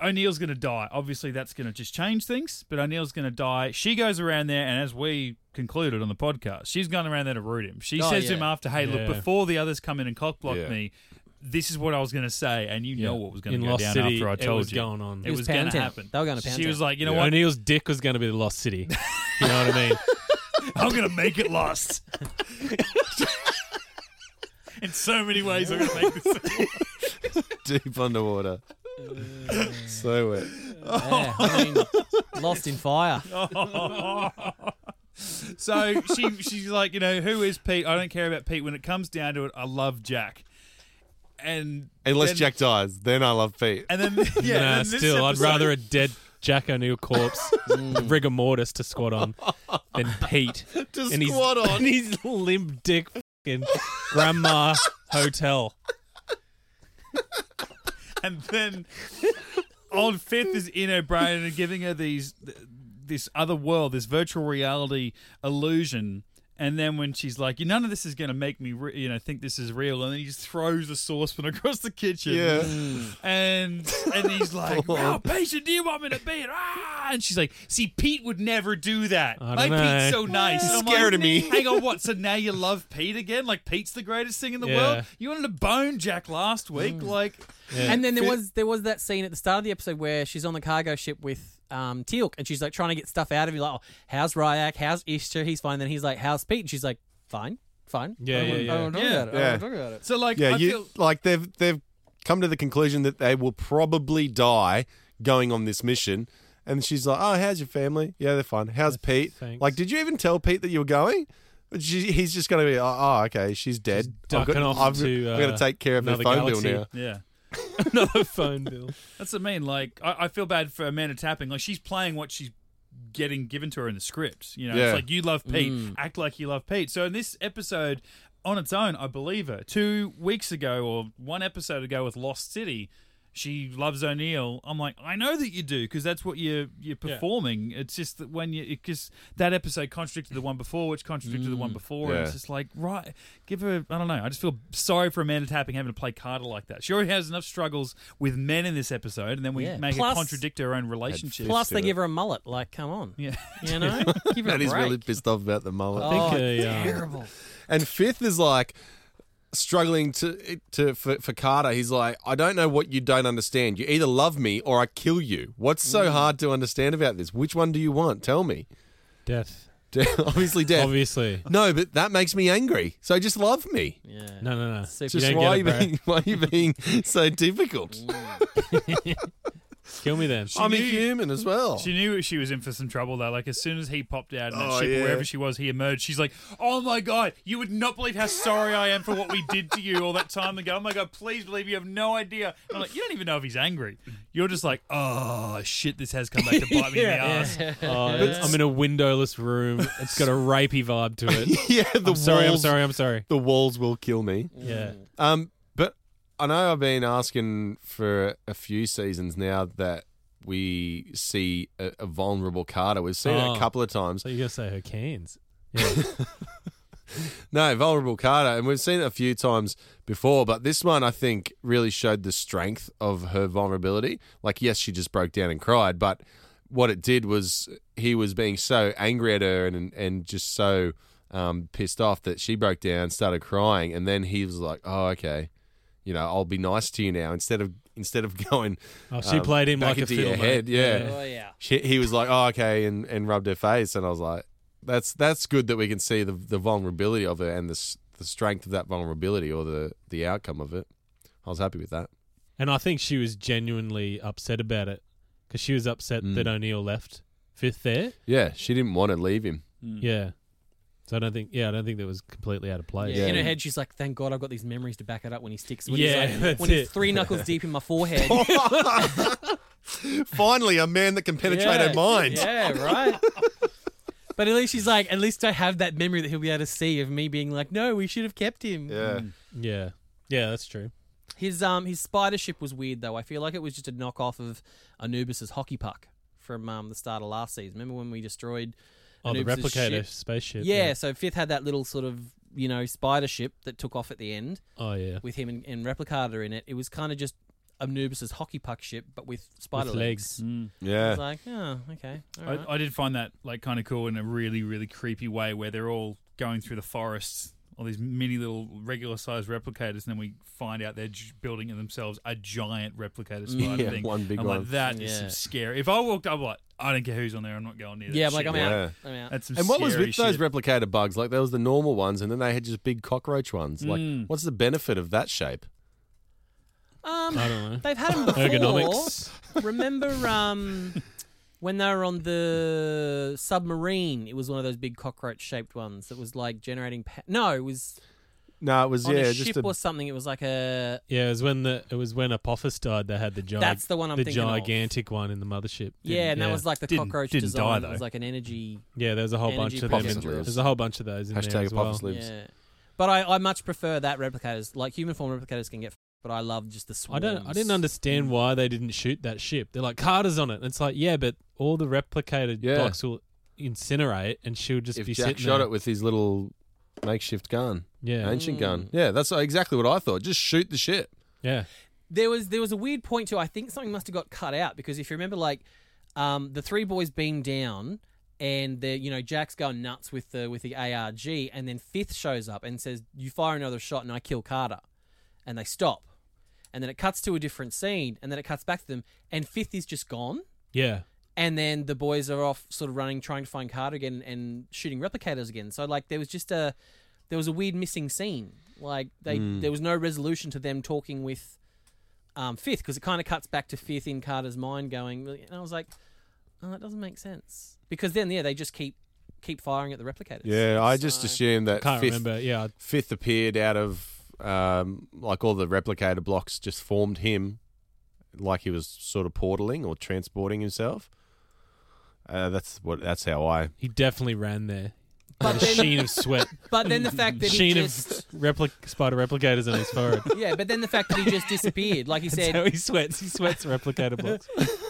O'Neill's going to die. Obviously, that's going to just change things, but O'Neill's going to die. She goes around there, and as we concluded on the podcast, she's gone around there to root him. She Oh, says yeah. to him after, hey, Yeah. look, before the others come in and cock block Yeah. me, this is what I was going to say, and you know what was going In to go Lost down City, after I it told was you. going on. It It was, was going Pound to Town. happen. They were gonna Pound She was Town. like, you know what? O'Neill's dick was going to be the Lost City. You know what I mean? I'm going to make it lost. In so many ways, I'm going to make this. Deep underwater. so wet. Yeah, I mean, lost in fire. so she she's like, you know, who is Pete? I don't care about Pete. When it comes down to it, I love Jack. And Unless then- Jack dies, then I love Pete. And then yeah, Nah, and then this still, I'd episode- rather a dead Jack O'Neill corpse, with rigor mortis to squat on, than Pete Mm. To and his- squat on. and his limp dick fucking grandma hotel. and then old Fifth is in her brain and giving her these th- this other world, this virtual reality illusion. And then when she's like, "None of this is going to make me, re- you know, think this is real," and then he just throws the saucepan across the kitchen. Yeah. and and he's like, "Wow, patient, do you want me to be it?" Ah! And she's like, "See, Pete would never do that. I My don't know. Pete's so nice. And I'm Scared like, of me. Hang on, what? So now you love Pete again? Like Pete's the greatest thing in the Yeah. Mm. world? You wanted to bone Jack last week? Like, And then there Fit- was there was that scene at the start of the episode where she's on the cargo ship with um, Teal'c, and she's like trying to get stuff out of you, like, oh, how's Ryak? How's Ishtar? He's fine. Then he's like, how's Pete? And she's like, fine, fine. Yeah, I don't yeah, wanna- yeah. I don't wanna talk Yeah. about it. I don't wanna talk about it. So like, yeah, I you feel, like they've they've come to the conclusion that they will probably die going on this mission. And she's like, "Oh, how's your family? Yeah, they're fine. How's Pete? thanks. Like, did you even tell Pete that you were going?" But She, he's just going to be, oh, oh, okay, she's dead. ducking off I've, to, I've got uh, to take care of her another phone bill galaxy. now. yeah. Another phone bill. That's what I mean. Like, I, I feel bad for Amanda Tapping. Like, she's playing what she's getting given to her in the script. You know, Yeah. it's like you love Pete, Mm. act like you love Pete. So in this episode, on its own, I believe her. Two weeks ago or one episode ago with Lost City, she loves O'Neill. I'm like, I know that you do because that's what you're you're performing. It's just that when you because that episode contradicted the one before, which contradicted the Mm. one before, and Yeah. it's just like right, give her. I don't know. I just feel sorry for Amanda Tapping having to play Carter like that. She already has enough struggles with men in this episode, and then we Yeah. make her Plus- contradict her own relationship. Plus, to they it. give her a mullet. Like, come on. yeah. You know? Give her a And he's break. really pissed off about the mullet. oh, Okay, uh, yeah. terrible. And fifth is like struggling to to for, for Carter. He's like, I don't know what you don't understand. You either love me or I kill you. What's so hard to understand about this? Which one do you want? Tell me. Death. Obviously, death. Obviously. No, but that makes me angry. So just love me. Yeah. No, no, no. Super- You Just don't why get are it, you bro. being why are you being so difficult? Kill me then. I'm knew- inhuman as well. She knew she was in for some trouble though. Like as soon as he popped out and Oh, ship, yeah. wherever she was, he emerged. She's like, "Oh my god, you would not believe how sorry I am for what we did to you all that time ago. Oh my god, please believe you have no idea." And I'm like, "You don't even know if he's angry. You're just like, oh shit, this has come back to bite me in the ass." Oh, I'm in a windowless room. It's got a rapey vibe to it. yeah, the I'm sorry, I'm walls- sorry, I'm sorry. The walls will kill me. Yeah. Um, but I know I've been asking for a few seasons now that we see a, a vulnerable Carter. We've seen it Oh. a couple of times. So you're going to say her cans. No, vulnerable Carter, and we've seen it a few times before, but this one I think really showed the strength of her vulnerability. Like, yes, she just broke down and cried, but what it did was he was being so angry at her and and just so um, pissed off that she broke down, started crying, and then he was like, "Oh, okay, you know, I'll be nice to you now." Instead of instead of going, Oh, um, she played him back like a into your fiddle, mate. head, yeah. Oh, yeah. She, he was like, "Oh, okay," and, and rubbed her face, and I was like, "That's that's good that we can see the the vulnerability of her and the s- the strength of that vulnerability or the the outcome of it." I was happy with that. And I think she was genuinely upset about it because she was upset Mm. that O'Neill left fifth there. Yeah, she didn't want to leave him. Yeah. So I don't think, yeah, I don't think that was completely out of place. Yeah, in Yeah. her head, she's like, "Thank God I've got these memories to back it up." When he sticks, when Yeah, he's like, that's when he's it. three knuckles deep in my forehead. Finally, a man that can penetrate yeah, her mind. Yeah, right. but at least she's like, at least I have that memory that he'll be able to see of me being like, "No, we should have kept him." Yeah. Yeah. Yeah, that's true. His um his spider ship was weird though. I feel like it was just a knockoff of Anubis's hockey puck from um the start of last season. Remember when we destroyed Oh, the Anubis's replicator ship? spaceship. Yeah, so Fifth had that little sort of you know spider ship that took off at the end Oh, yeah. with him and, and Replicator in it. It was kind of just Anubis's hockey puck ship, but with spider With legs. Mm. I Yeah. was like, oh, okay, all right. I, I did find that like kind of cool in a really really creepy way where they're all going through the forests all these mini little regular sized replicators and then we find out they're j- building themselves a giant replicator spider Yeah, thing one big I'm one. like that is Yeah. some scary if I walked up like I don't care who's on there I'm not going near that yeah, I'm like, shit. I'm out, I'm out. That's some And what was scary with those shit. replicator bugs? Like there was the Mm. normal ones, and then they had just big cockroach ones. Like, what's the benefit of that shape? Um, I don't know. They've had them before. Ergonomics. Remember um, when they were on the submarine? It was one of those big cockroach-shaped ones that was like generating. Pa- no, it was No, it was on yeah, a just ship a, or something. It was like a Yeah, it was when the it was when Apophis died. They had the giant. That's the one I'm the thinking of. gigantic one in the mothership. yeah, and that was like the Didn't- cockroach didn't design. die, It was though. like an energy. Yeah, there's a whole bunch energy of them. In, project. lives. there's a whole bunch of those in there Hashtag as well. Apophis lives. Yeah. But I, I much prefer that replicators. Like human form replicators can get, f- but I love just the I swarms. don't. I didn't understand why they didn't shoot that ship. They're like Carter's on it. And it's like yeah, but all the replicated Yeah. docs will incinerate, and she'll just If be Jack sitting shot there. it with his little makeshift gun, Yeah. ancient gun, yeah, that's exactly what I thought. Just shoot the ship. Yeah, There was there was a weird point too. I think something must have got cut out because if you remember, like, um, the three boys beam down, and they're you know Jack's going nuts with the with the ARG, and then Fifth shows up and says, "You fire another shot, and I kill Carter," and they stop, and then it cuts to a different scene, and then it cuts back to them, and Fifth is just gone. yeah. and then the boys are off sort of running trying to find carter again and shooting replicators again so like there was just a there was a weird missing scene like they Hmm. there was no resolution to them talking with um, fifth because it kind of cuts back to fifth in carter's mind going "Really?" and i was like oh that doesn't make sense because then yeah they just keep keep firing at the replicators Yeah, I just So- assumed that Can't fifth, remember. Yeah, I- fifth appeared out of um, like all the replicator blocks just formed him, like he was sort of portaling or transporting himself. Uh, that's what. That's how I. he definitely ran there. But But a then- sheen of sweat. but then the fact that he sheen just of replic- spider replicators on his forehead. yeah but then the fact that he just disappeared like he That's said how he sweats. He sweats replicator blocks.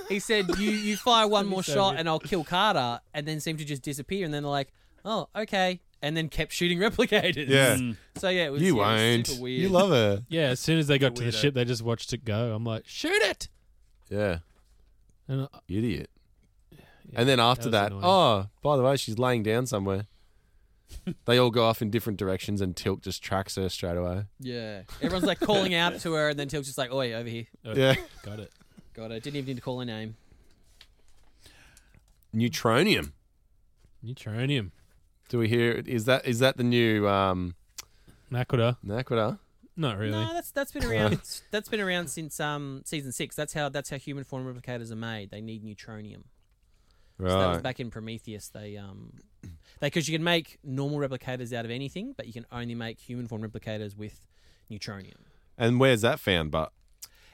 He said, "You you fire one more so shot weird. and I'll kill Carter," and then seemed to just disappear. And then they're like, "Oh, okay," and then kept shooting replicators. Yeah, So yeah, it was, you yeah, it was won't. super weird. You love her. Yeah, as soon as they got to the Weirdo. ship, they just watched it go. I'm like, shoot it! Yeah, And I- idiot. and then after that that, was oh, by the way, she's laying down somewhere. they all go off in different directions, and Tilt just tracks her straight away. Yeah, everyone's like calling out to her, and then Til's just like, "Oi, over here, oh, Yeah, got it. got it." Didn't even need to call her name. neutronium. Neutronium, Do we hear? Is that is that the new um, Nakoda. Nakoda? Not really. No, that's that's been around. it's, that's been around since um season six. That's how that's how human form replicators are made. They need neutronium. Right. So that was back in Prometheus. They um, they because you can make normal replicators out of anything, but you can only make human form replicators with neutronium. and where's that found? But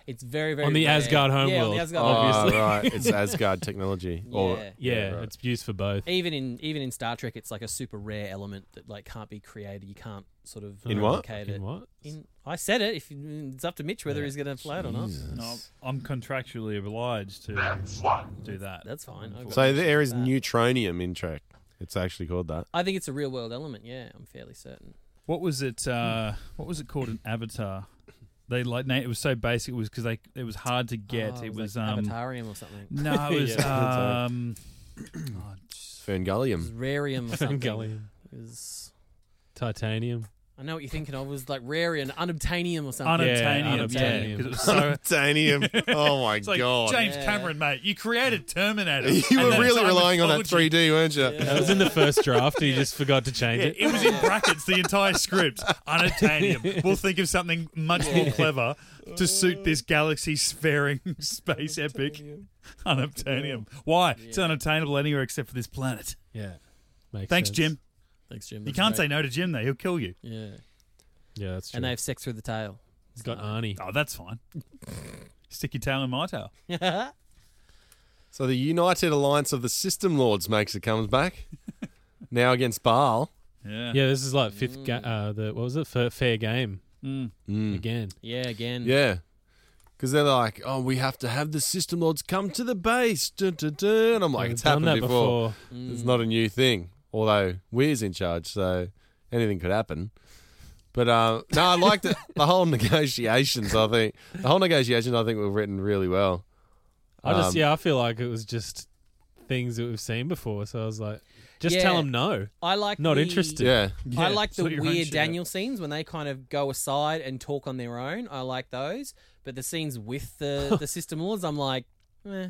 It's very very On the rare. Asgard Yeah, on homeworld. the Asgard Oh, homeworld. right. It's Asgard technology. Or, Yeah. yeah, right. it's used for both. Even in even in Star Trek, it's like a super rare element that like can't be created. You can't sort of In what? replicate it. In what? In- I said it. If you- it's up to Mitch whether he's going to play it or not, No, I'm contractually obliged to do that. that's fine. I've got So nothing there is against that. neutronium in track. It's actually called that. I think it's a real world element. Yeah, I'm fairly certain. What was it? Uh, what was it called? An avatar. They like na- it was so basic. It was because they it was hard to get. Oh, it, was, like um, Avatarium or something. no, it was Yeah. um, It was Ferngullium. rarium or something. Gallium. It was- Titanium. I know what you're thinking of. It was like rarium, unobtainium or something. unobtainium. Yeah, unobtainium. 'cause it was so. Titanium. Oh my It's like James Yeah. Cameron, mate. You created Terminator. you and were then really Simon relying on that told you- 3D, weren't you? That was in the first draft. He just forgot to change Yeah, it. it was in brackets the entire script. Unobtainium. We'll think of something much more clever to suit this galaxy-sparing space epic. Unobtainium. Why? It's unobtainable anywhere except for this planet. Yeah. Makes Thanks, sense. Jim. Thanks, Jim. You can't say no to Jim, though. He'll kill you. Yeah. Yeah, that's true. And they have sex through the tail. He's got Arnie. Oh, that's fine. Stick your tail in my tail. So the United Alliance of the System Lords makes it comes back. now against Baal. Yeah. Yeah, this is like fifth. Ga- Mm. uh, the what was it? Fair, fair game Mm. again. yeah. Again. Yeah. Because they're like, oh, we have to have the System Lords come to the base. Dun, dun, dun. And I'm like, We've it's done happened that before. before. It's not a new thing, although Weir's in charge, so anything could happen. But uh, no, I like the, the whole negotiations. I think the whole negotiations, I think, were written really well. I just Um, yeah, I feel like it was just things that we've seen before. So I was like, just Yeah. tell him no. I like Not the- interested. Yeah, I like the sort your own weird shit out. Daniel scenes when they kind of go aside and talk on their own. I like those, but the scenes with the the system lords, I'm like, eh.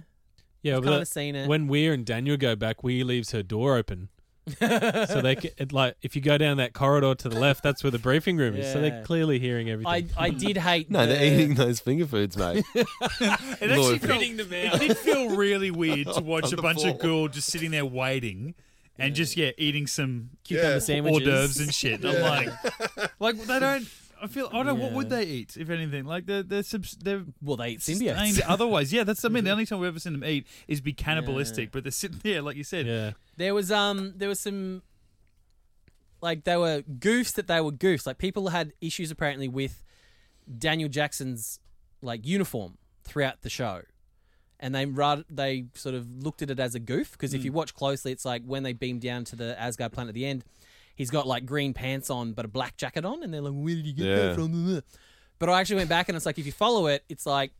Yeah, I've but kinda that- seen it. When Weir and Daniel go back, Weir leaves her door open so they ca- it, like if you go down that corridor to the left, that's where the briefing room is. So Yeah. they're clearly hearing everything. I did hate no, the- they're eating those finger foods, mate. It Lord. actually felt, it did feel really weird to watch On a the bunch floor. of girls just sitting there waiting and just yeah eating some Cucumber yeah, sandwiches. hors d'oeuvres and shit. I'm Yeah. like, like they don't. I feel I don't. know What would Yeah. they eat if anything? Like they're they're, subs- they're well they eat symbiotes. Mm-hmm. otherwise. Yeah, that's I mean the only time we've ever seen them eat is be cannibalistic. But they're sitting there like you said. Yeah. There was um there was some like they were goofs that they were goofs. Like people had issues apparently with Daniel Jackson's like uniform throughout the show. And they ra- they sort of looked at it as a goof because if Mm. you watch closely it's like when they beam down to the Asgard planet at the end, he's got like green pants on but a black jacket on and they're like where did you get Yeah. that from? But I actually went back and it's like if you follow it it's like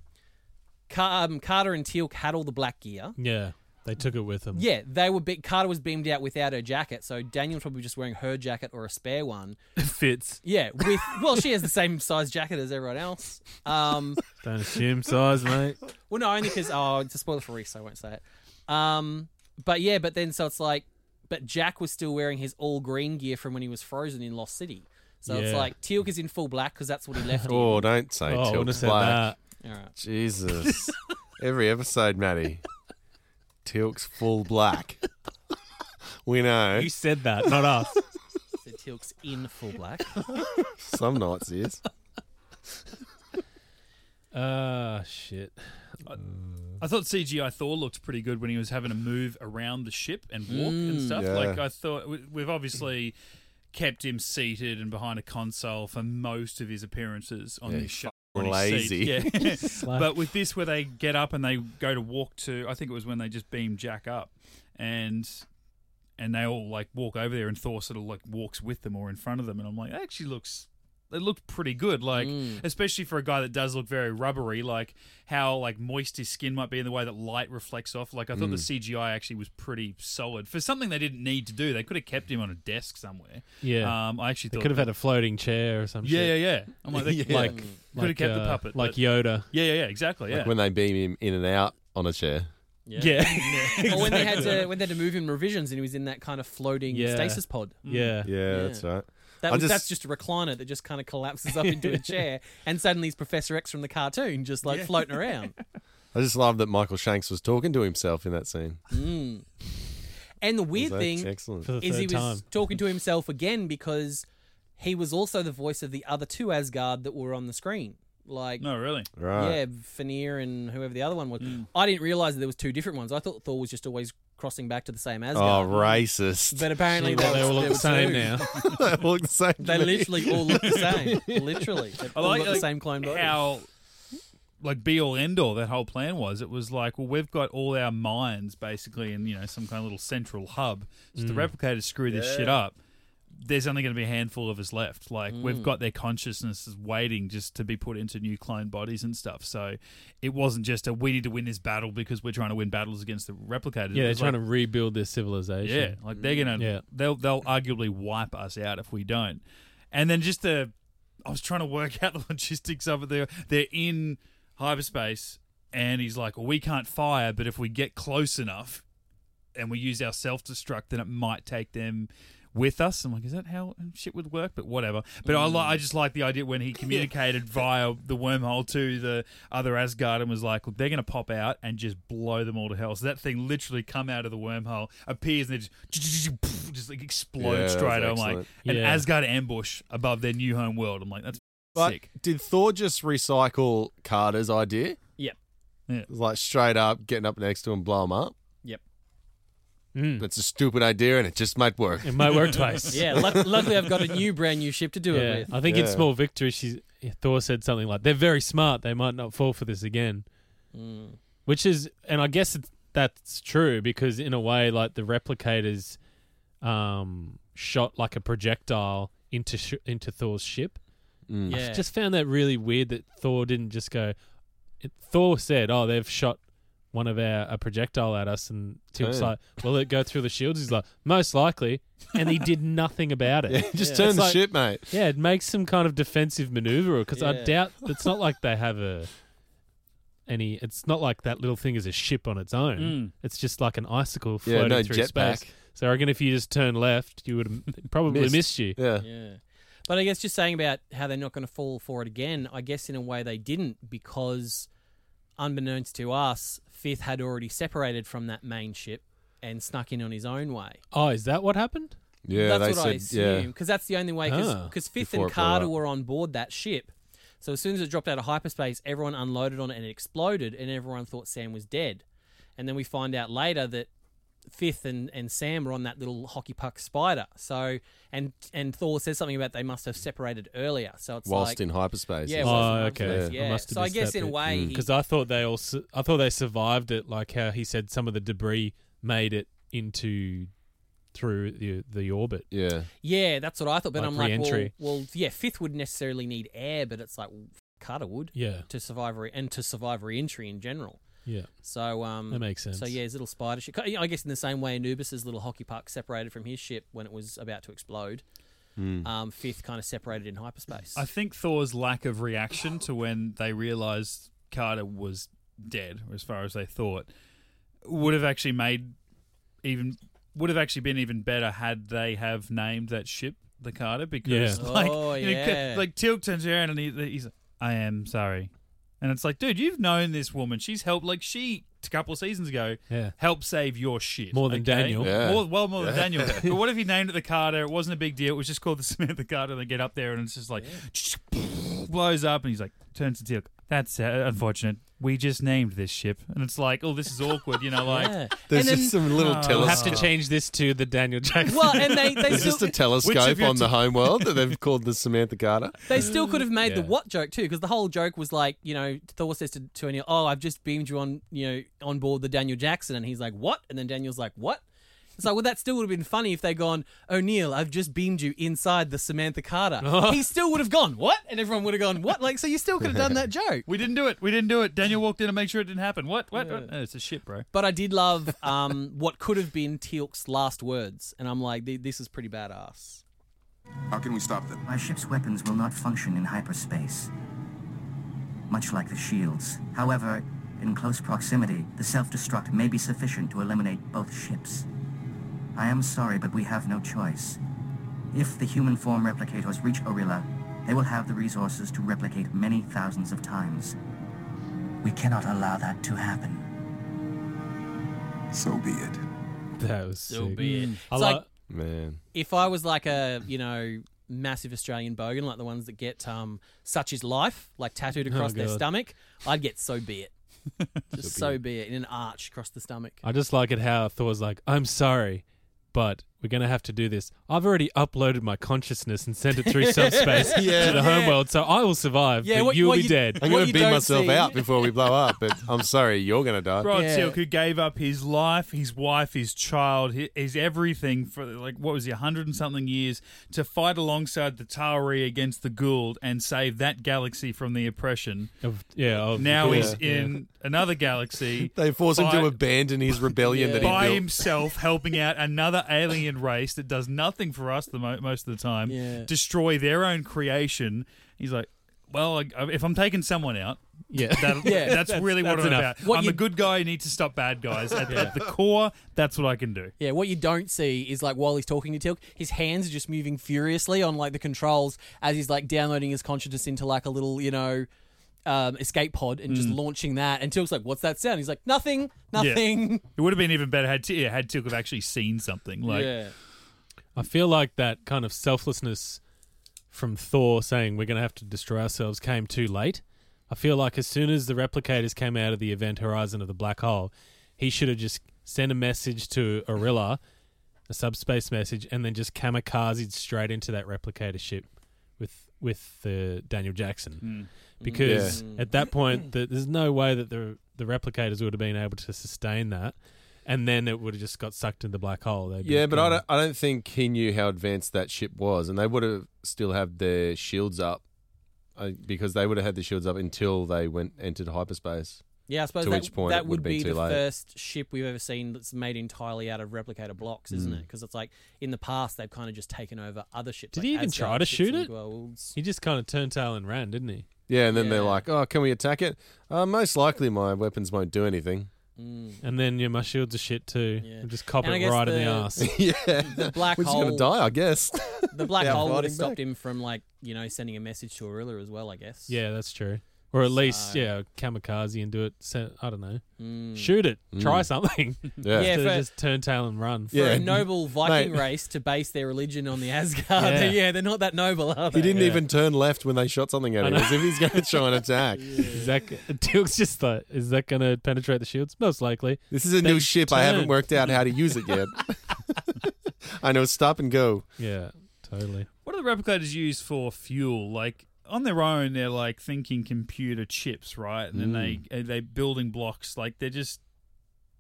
Car- um, Carter and Teal'c had all the black gear. yeah, they took it with them. Yeah, they were. Be- Carter was beamed out without her jacket, so Daniel's probably just wearing her jacket or a spare one. fits. Yeah, with well, she has the same size jacket as everyone else. Um, Don't assume size, mate. well, no, only because oh, it's a spoiler for Reese, so I won't say it. Um, but yeah, but then so it's like, but Jack was still wearing his all green gear from when he was frozen in Lost City. So it's Yeah. like Teal'c is in full black because that's what he left. oh, in. don't say Oh, I tilt would've said black. that. Alright. Jesus. Every episode, Maddie. Tilk's full black. we know. You said that, not us. So Teal'c's in full black. Some nights he is. Ah, shit. I thought CGI Thor looked pretty good when he was having to move around the ship and walk and Mm. stuff. Yeah. Like I thought, we- we've obviously kept him seated and behind a console for most of his appearances on Yeah, this he's show. fucking on his seat. lazy. yeah. Slack. but with this, where they get up and they go to walk to, I think it was when they just beam Jack up, and and they all like walk over there, and Thor sort of like walks with them or in front of them, and I'm like, that actually looks it looked pretty good, like Mm. especially for a guy that does look very rubbery, like how like moist his skin might be in the way that light reflects off. Like I thought Mm. the CGI actually was pretty solid for something they didn't need to do. They could have kept him on a desk somewhere. Yeah. um, I actually they thought could have had a floating chair or something. Yeah, yeah, yeah. I'm like, they- like, like, could have kept the uh, puppet, like but- Mm. Yoda. Yeah, yeah, yeah, exactly. Yeah, Like when they beam him in and out on a chair. Or when they had exactly. to when they had to move in revisions and he was in that kind of floating Yeah. stasis pod. Yeah. Yeah, that's right. That I was, just- that's just a recliner that just kind of collapses up into a chair, and suddenly he's Professor X from the cartoon, just like Yeah. floating around. I just love that Michael Shanks was talking to himself in that scene. Mm. And the weird That's thing excellent. For the is he third was time. talking to himself again because he was also the voice of the other two Asgard that were on the screen. Like, No, really? Right. Mm. Yeah, Fenir and whoever the other one was. I didn't realize that there was two different ones. I thought Thor was just always crossing back to the same Asgard. Oh, racist. But apparently Gee, they they all was- look there the were same two. they all look the same. to They me. literally all look the same. Literally. They've all got the same clone body. How like be all end all that whole plan was. It was like, well, we've got all our minds basically in you know some kind of little central hub. So Hmm. the Mm. replicators screw this Yeah. shit up. There's only going to be a handful of us left. Like we've Hmm. Mm. got their consciousnesses waiting just to be put into new clone bodies and stuff. So it wasn't just a we need to win this battle because we're trying to win battles against the replicators. It Yeah, they're was trying like, to rebuild their civilization. yeah, like they're gonna Yeah. they'll they'll arguably wipe us out if we don't. And then just the I was trying to work out the logistics of it. They're they're in hyperspace, and he's like, "Well, we can't fire, but if we get close enough, and we use our self destruct, then it might take them." With us, I'm like, is that how shit would work? But whatever. But I, li- Mm. I just like the idea when he communicated via the wormhole to the other Asgard and was like, look, they're going to pop out and just blow them all to hell. So that thing literally come out of the wormhole, appears, and it just, just Yeah, like that explodes was straight. I'm like, excellent. an Yeah. Asgard ambush above their new home world. I'm like, that's But sick. did Thor just recycle Carter's idea? Yep. Yeah. Like straight up getting up next to him, blow him up. Yep. That's a stupid idea, and it just might work. It might work twice. Yeah, lu- luckily I've got a new brand new ship to do Yeah, it with. I think in Yeah. Small Victory, she's, Thor said something like, "They're very smart. They might not fall for this again," Mm. which is, and I guess it's, that's true because in a way, like the replicators, um, shot like a projectile into sh- into Thor's ship. Mm. I Yeah. just found that really weird that Thor didn't just go. It, Thor said, "Oh, they've shot." One of our a projectile at us, and Tilt's Yeah. like, "Will it go through the shields?" He's like, "Most likely," and he did nothing about it. Yeah, just turn It's the ship, mate. Yeah, it makes some kind of defensive maneuver because I Yeah. doubt it's not like they have a any. It's not like that little thing is a ship on its own. Mm. It's just like an icicle Yeah, floating no through jetpack. space. So I reckon if you just turned left, you would have probably missed. you. Yeah. But I guess just saying about how they're not going to fall for it again, I guess in a way they didn't because, unbeknownst to us, Fifth had already separated from that main ship and snuck in on his own way. Oh, is that what happened? Yeah, that's they what I said- yeah. assume because that's the only way Ah. because Fifth Before and it blew Carter up. were on board that ship. So as soon as it dropped out of hyperspace, everyone unloaded on it and it exploded, and everyone thought Sam was dead. And then we find out later that Fifth and, and Sam were on that little hockey puck spider. So and and Thor says something about they must have separated earlier. So it's Whilst like- in hyperspace, Yeah, isn't whilst Oh, in okay. hyperspace, Yeah. so I guess in a way, he- because I thought they all, su- I thought they survived it. Like how he said, some of the debris made it into through the the orbit. Yeah. Yeah, that's what I thought. But Like I'm like, well, re-entry. well, yeah, fifth would necessarily need air, but it's like well, Carter would, Yeah. to survive re- and to survive re-entry in general. Yeah. So um, That makes sense. So yeah, his little spider ship. I guess in the same way, Anubis's little hockey puck separated from his ship when it was about to explode. Hmm. Um, fifth kind of separated in hyperspace. I think Thor's lack of reaction to when they realized Carter was dead, or as far as they thought, would have actually made even would have actually been even better had they have named that ship the Carter because Yeah. like Oh, you know, yeah. like Teal'c turns around and he, he's like, I am sorry. And it's like, dude, you've known this woman. She's helped, like, she a couple of seasons ago Yeah. helped save your shit. More than okay? Daniel. Yeah. More, well, more than Yeah. Daniel. But what if he named it the Carter? It wasn't a big deal. It was just called the Samantha Carter. And they get up there and it's just like blows up, and he's like turns to Teal'c. That's uh, unfortunate. We just named this ship, and it's like, oh, this is awkward. You know, like Yeah. There's And just then- some little We'll telescope. have to change this to the Daniel Jackson. Well, and they- they There's still- just a Which of telescope your on the t- homeworld that they've called the Samantha Carter. They still could have made the Yeah. what joke too, because the whole joke was like, you know, Thor says to, to O'Neill, "Oh, I've just beamed you on, you know, on board the Daniel Jackson," and he's like, "What?" And then Daniel's like, "What?" It's like, well, that still would have been funny if they'd gone, O'Neill, I've just beamed you inside the Samantha Carter. he still would have gone, what? And everyone would have gone, what? Like, so you still could have done that joke. We didn't do it. We didn't do it. Daniel walked in and made sure it didn't happen. What? What? what? No, it's a ship, bro. But I did love um, what could have been Teal'c's last words, and I'm like, "Th- this is pretty badass. How can we stop them? My ship's weapons will not function in hyperspace, much like the shields. However, in close proximity, the self-destruct may be sufficient to eliminate both ships. I am sorry, but we have no choice. If the human form replicators reach Orilla, they will have the resources to replicate many thousands of times. We cannot allow that to happen. So be it. That was So sick. be it. Mm. It's I like- like- Man. if I was like a you know massive Australian bogan, like the ones that get um such is life, like tattooed Oh, across their God. stomach, I'd get so be it, just so, be, it. in an arch across the stomach. I just like it how Thor's like, I'm sorry, but we're going to have to do this. I've already uploaded my consciousness and sent it through subspace Yeah. to the Yeah. homeworld, so I will survive, Yeah, but what- you'll what be you- dead. I'm going to beat myself out before we blow up, but I'm sorry, you're going to die. Rod Silk, Oh, who gave up his life, his wife, his child, his, his everything for like what was he, hundred and something years to fight alongside the Tauri against the Gould and save that galaxy from the oppression. Of, yeah, of- now yeah, he's yeah. in another galaxy. They force him to by- abandon his rebellion that he by built. himself, helping out another alien race that does nothing for us the mo- most of the time, destroy their own creation. He's like, well, I, if I'm taking someone out, Yeah. that, Yeah, that's, that's- really what that's I'm enough. about. What I'm you- a good guy. You need to stop bad guys. At, Yeah. at the core, that's what I can do. Yeah, what you don't see is like while he's talking to Tilk, his hands are just moving furiously on like the controls as he's like downloading his consciousness into like a little, you know, um, escape pod and just Mm. launching that. And Tilk's like, "What's that sound?" He's like, "Nothing, nothing." Yeah. It would have been even better had T- yeah, had Tilk have actually seen something. Like, Yeah. I feel like that kind of selflessness from Thor saying we're going to have to destroy ourselves came too late. I feel like as soon as the replicators came out of the event horizon of the black hole, he should have just sent a message to Arilla, a subspace message, and then just kamikaze straight into that replicator ship with with uh, Daniel Jackson. Mm. Because Yeah. at that point, the, there's no way that the the replicators would have been able to sustain that, and then it would have just got sucked into the black hole. They'd be Yeah, but gone. I don't, I don't think he knew how advanced that ship was, and they would have still had their shields up uh, because they would have had the shields up until they went entered hyperspace. Yeah, I suppose to that, which point that it would be, be too the late. first ship we've ever seen that's made entirely out of replicator blocks, isn't it? Mm. Because it's like in the past they've kind of just taken over other ships. Did like he even Asgard try to ships shoot and it? Goa'ulds. He just kind of turned tail and ran, didn't he? Yeah, and then they're Yeah. like, "Oh, can we attack it?" Uh, most likely, my weapons won't do anything. Mm. And then yeah, my shields are shit too. I Just cop And I it guess right in the the- ass. the black We're just gonna hole- die, I guess. The black Yeah, hole would fighting have stopped back. him from like you know sending a message to Arilla as well. I guess. Yeah, that's true. Or at least So- yeah, kamikaze and do it. se- I don't know. Mm. Shoot it. Mm. Try something. Yeah. Yeah, Instead of for- just turn tail and run. For a noble Viking race to base their religion on the Asgard, yeah, Yeah. they're, not that noble, are they? He didn't even turn left when they shot something at I him, know. as if he's going to try and attack. Is that Duke's just like, is that going to penetrate the shields? Most likely. This is a Then new ship. I turn. haven't worked out how to use it yet. I know stop and go. Yeah, totally. What are the replicators used for fuel? Like on their own, they're like thinking computer chips, right? And then Mm. they uh, they building blocks. Like they're just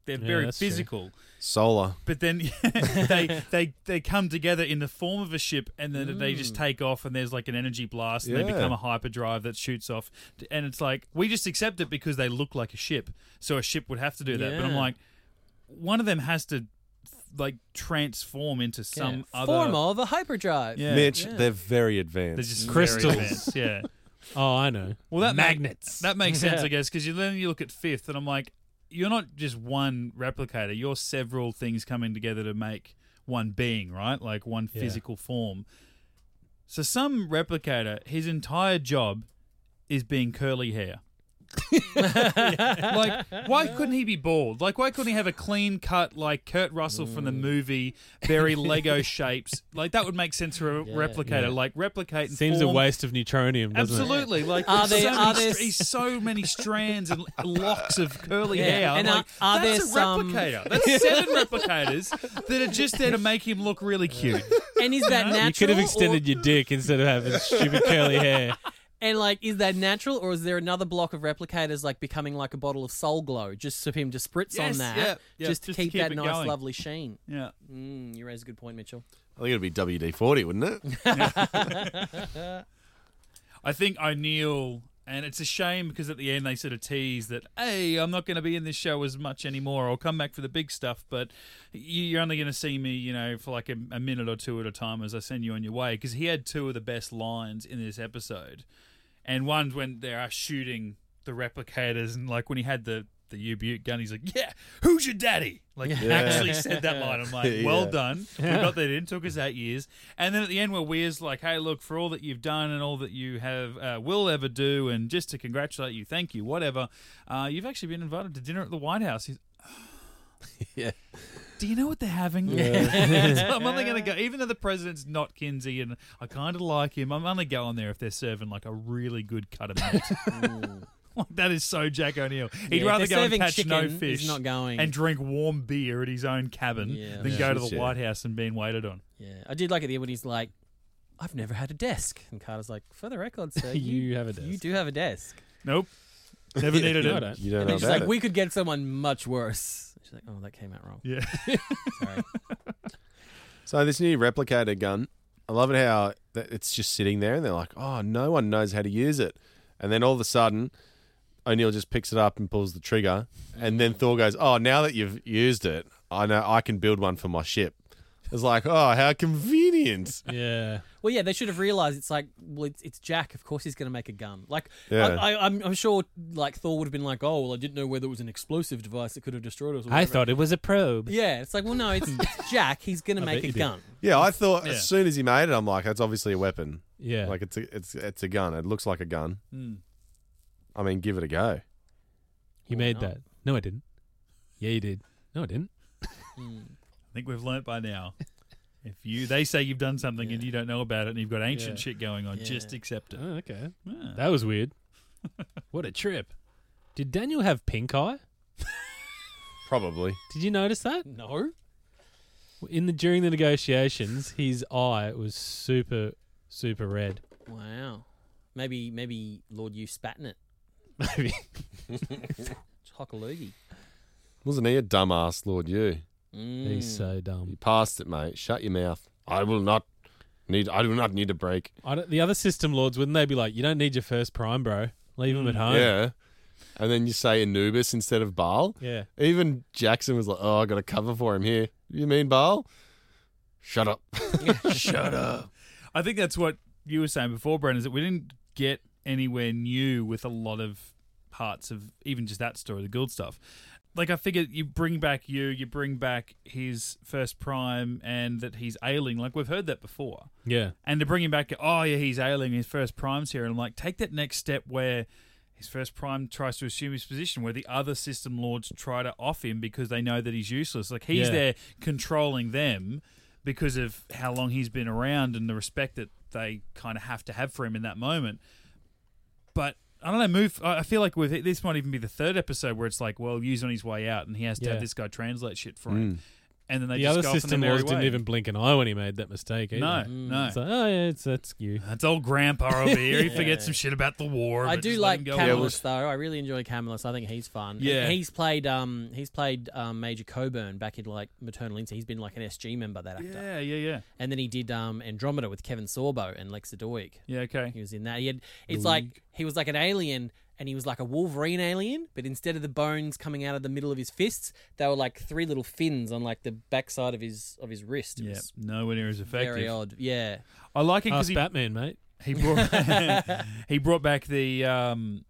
they're Yeah, very that's true. physical. Solar. But then they they they come together in the form of a ship, and then they just take off. And there's like an energy blast, and they Mm. Yeah. become a hyperdrive that shoots off. And it's like we just accept it because they look like a ship, so a ship would have to do that. But I'm Yeah. like, one of them has to like transform into some other form of a hyperdrive. Yeah. Mitch, Yeah. they're very advanced. They're just Crystals. crystals. yeah. Oh, I know. Well, that ma- magnets. that makes sense, Yeah. I guess, because then you look at fifth, and I'm like, you're not just one replicator. You're several things coming together to make one being, right? Like one Yeah. physical form. So some replicator, his entire job is being curly hair. like, why couldn't he be bald? Like, why couldn't he have a clean cut like Kurt Russell from the Mm. movie, very Lego shapes? Like, that would make sense for a replicator. Yeah. Like, replicate and Seems a form waste of neutronium. Doesn't It? Absolutely, like Are are there, there- so are many, there str- he's so many strands and locks of curly Yeah, hair. I'm and are- like, are that's there a some- replicator. That's seven replicators that are just there to make him look really cute. And is that natural? You could have or- extended your dick instead of having stupid curly hair. And like, is that natural, or is there another block of replicators like becoming like a bottle of Soul Glow, just for him to spritz Yes, on that, yeah, yeah, just, to keep, that it nice, going. lovely sheen? Yeah. Mm, you raise a good point, Mitchell. I think it'd be WD 40, wouldn't it? I think O'Neill, and it's a shame because at the end they sort of tease that, hey, I'm not going to be in this show as much anymore. I'll come back for the big stuff, but y- you're only going to see me, you know, for like a, a minute or two at a time as I send you on your way. Because he had two of the best lines in this episode, and one's when they are shooting the replicators, and like when he had the the U Butte gun, he's like, yeah, who's your daddy? Like he Yeah. actually said that line. I'm like, well Yeah. done. We Yeah. got that in. Took us eight years. And then at the end, where Weir's like, hey, look, for all that you've done and all that you have uh, will ever do, and just to congratulate you, thank you, whatever, uh, you've actually been invited to dinner at the White House. He's, yeah. Do you know what they're having? So I'm only going to go, even though the president's not Kinsey and I kind of like him, I'm only going there if they're serving like a really good cut of meat. Like, that is so Jack O'Neill. He'd Yeah, if rather they're go and serving catch no chicken, he's fish not going. and drink warm beer at his own cabin Yeah. than Yeah. go to the Shit, yeah. White House and being waited on. Yeah, I did like at the end when he's like, "I've never had a desk," and Carter's like, "For the record, sir, you, You have a You do have a desk." Nope. Never needed You it. don't. You don't and know then she's like, about it. "We could get someone much worse." She's like, "Oh, that came out wrong." Yeah. Sorry. So this new replicator gun, I love it how that it's just sitting there, and they're like, "Oh, no one knows how to use it," and then all of a sudden, O'Neill just picks it up and pulls the trigger, and then Thor goes, "Oh, now that you've used it, I know I can build one for my ship." It's like, "Oh, how convenient!" Yeah. Well, yeah, they should have realized it's like, well, it's, it's Jack. Of course, he's going to make a gun. Like, Yeah. I, I, I'm, I'm sure, like Thor would have been like, oh, well, I didn't know whether it was an explosive device that could have destroyed us. Or I whatever." thought it was a probe. Yeah, it's like, well, no, it's, it's Jack. He's going to I bet make you a did. gun. Yeah, I thought Yeah. as soon as he made it, I'm like, "That's obviously a weapon." Yeah. Hmm. like it's a, it's it's a gun. It looks like a gun. Mm. I mean, give it a go. You made that. No, I didn't. Yeah, you did. No, I didn't. I think we've learnt by now. If you they say you've done something and you don't know about it and you've got ancient Yeah. shit going on, Yeah. just accept it. Oh, okay. Yeah. That was weird. what a trip. Did Daniel have pink eye? Probably. Did you notice that? No. In the during the negotiations, his eye was super super red. Wow. Maybe, maybe Lord you spat in it. Maybe. Hockaloogie. Wasn't he a dumbass, Lord? You. Mm. He's so dumb. You passed it, mate. Shut your mouth. I will not need. I do not need a break. I don't, the other system lords wouldn't they be like, you don't need your first prime, bro. Leave Mm. him at home. Yeah. And then you say Anubis instead of Baal. Yeah. Even Jackson was like, "Oh, I got a cover for him here." You mean Baal? Shut up. Shut up. I think that's what you were saying before, Brendan, is that we didn't get anywhere new with a lot of parts of even just that story, the guild stuff. like I figured you bring back you, you bring back his first prime, and that he's ailing. Like we've heard that before. Yeah. And to bring him back, oh yeah, he's ailing. His first prime's here, and I'm like, take that next step where his first prime tries to assume his position, where the other system lords try to off him because they know that he's useless. Like he's Yeah. there controlling them because of how long he's been around and the respect that they kind of have to have for him in that moment. But I don't know. Move. I I feel like with it, this might even be the third episode where it's like, well, use on his way out, and he has to Yeah. have this guy translate shit for him. Mm. And then they the just other go off on system their merry laws didn't way. even blink an eye when he made that mistake. Either. No, Mm. no. It's like, oh yeah, it's that's you. That's old grandpa over here. He forgets some shit about the war. I but do just let like him go on. Camillus though. I really enjoy Camillus. I think he's fun. And Yeah. he's played um he's played um, Major Coburn back in like Maternal Instinct. He's been like an SG member that actor. Yeah, yeah, yeah. And then he did um Andromeda with Kevin Sorbo and Lexa Doig. Yeah, okay. He was in that. He had it's like he was like an alien and he was like a Wolverine alien, but instead of the bones coming out of the middle of his fists, they were like three little fins on like the backside of his of his wrist. It Yeah, was nowhere near as effective. Very odd. Yeah. I like it Ask because he Batman, mate. He brought he brought back the um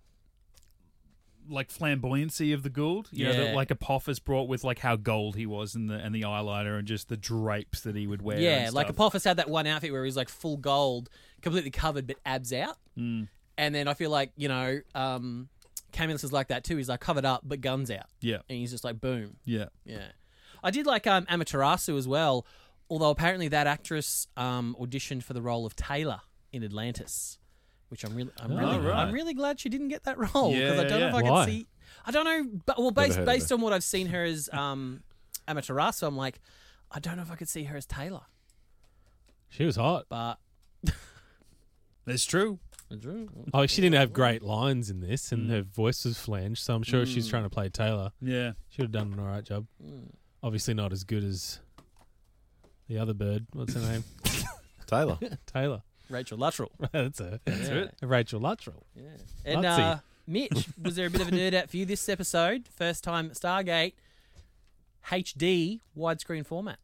like flamboyancy of the Gould, you know, Yeah. that like Apophis brought with like how gold he was and the and the eyeliner and just the drapes that he would wear. Yeah, and like stuff. Apophis had that one outfit where he was like full gold, completely covered, but abs out. Mm. And then I feel like you know, um, Camillus is like that too. He's like covered up, but guns out. Yeah. and he's just like boom. Yeah. Yeah, I did like um, Amaterasu as well. Although apparently that actress um, auditioned for the role of Taylor in Atlantis, which I'm really, I'm Oh, really, right. I'm really glad she didn't get that role because Yeah, I don't know yeah. if I Why? can see. I don't know, but well, Never based heard of based her. on what I've seen her as um, Amaterasu, I'm like, I don't know if I could see her as Taylor. She was hot. But That's true. Oh, she didn't have great lines in this, and her voice was flanged, so I'm sure she's Mm. trying to play Taylor. Yeah. Should have done an all right job. Mm. Obviously, not as good as the other bird. What's her name? Taylor. Taylor. Rachel Luttrell. That's her. That's Yeah. it. Rachel Luttrell. Yeah. And Lutzy. uh, Mitch, was there a bit of a nerd out for you this episode? First time at Stargate HD widescreen format.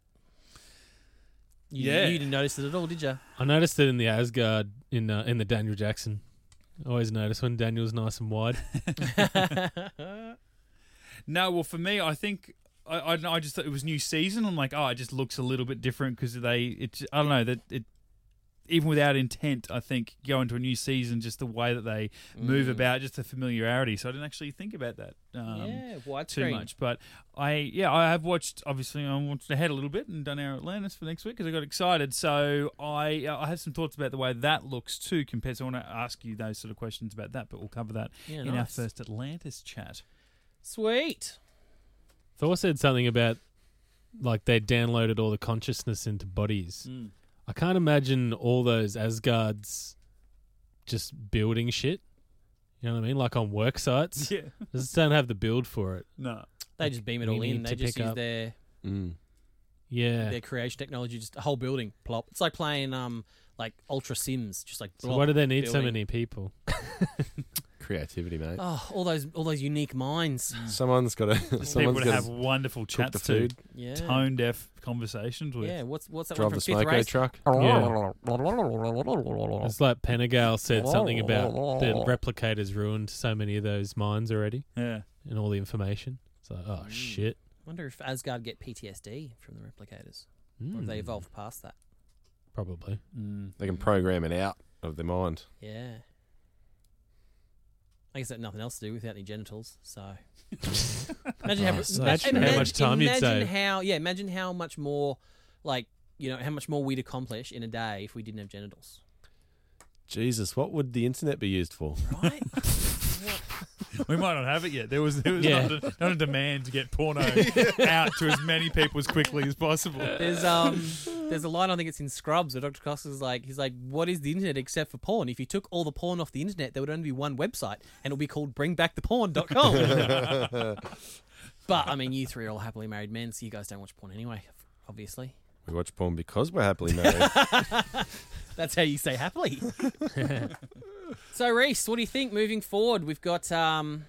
You, Yeah. You didn't notice it at all, did you? I noticed it in the Asgard in uh, in the Daniel Jackson. I always notice when Daniel's nice and wide. No, well, for me, I think I, I, don't know, I just thought it was new season. I'm like, oh, it just looks a little bit different because they, it, I don't know that it, even without intent, I think go into a new season just the way that they move Mm. about, just the familiarity. So I didn't actually think about that. Um, Yeah, too widescreen. much. But I, yeah, I have watched. Obviously, I watched ahead a little bit and done our Atlantis for next week because I got excited. So I, I have some thoughts about the way that looks too compared. So I want to ask you those sort of questions about that, but we'll cover that Yeah, in our nice. first Atlantis chat. Sweet. Thor said something about like they downloaded all the consciousness into bodies. Mm. I can't imagine all those Asgards just building shit. You know what I mean? Like on work sites. Yeah. They just don't have the build for it. No. They just beam it We all in. need They to just pick use up- their Mm. Yeah. their creation technology, just a whole building plop. It's like playing um like Ultra Sims, just like. So blop, why do they need so building. many people? Creativity, mate. Oh, all those all those unique minds. Mm. Someone's got to. Just Someone's people got to have wonderful cook the chats to food. Yeah. tone deaf conversations with. Yeah, what's what's that drive one the from Fifth smoke Race? truck. Yeah. It's like Panagale said something about the replicators ruined so many of those mines already. Yeah. And all the information. It's like, Mm. oh shit. Wonder if Asgard get PTSD from the replicators, or if they Mm. evolved past that. Probably. They can program it out of their mind. Yeah. I guess that had nothing else to do without any genitals. So imagine how, Oh, so ima- true. How much time you'd imagine save. how yeah, imagine how much more like you know how much more we'd accomplish in a day if we didn't have genitals. Jesus, what would the internet be used for? Right? We might not have it yet. There was, there was Yeah. not, a, not a demand to get porno out to as many people as quickly as possible. there's um there's a line I think it's in Scrubs where Dr. Cox is like he's like what is the internet except for porn? If you took all the porn off the internet, there would only be one website and it would be called bringbacktheporn.com. But I mean, you three are all happily married men, so you guys don't watch porn anyway, obviously. We watch porn because we're happily married. That's how you say happily. so, Reese, what do you think moving forward? We've got um,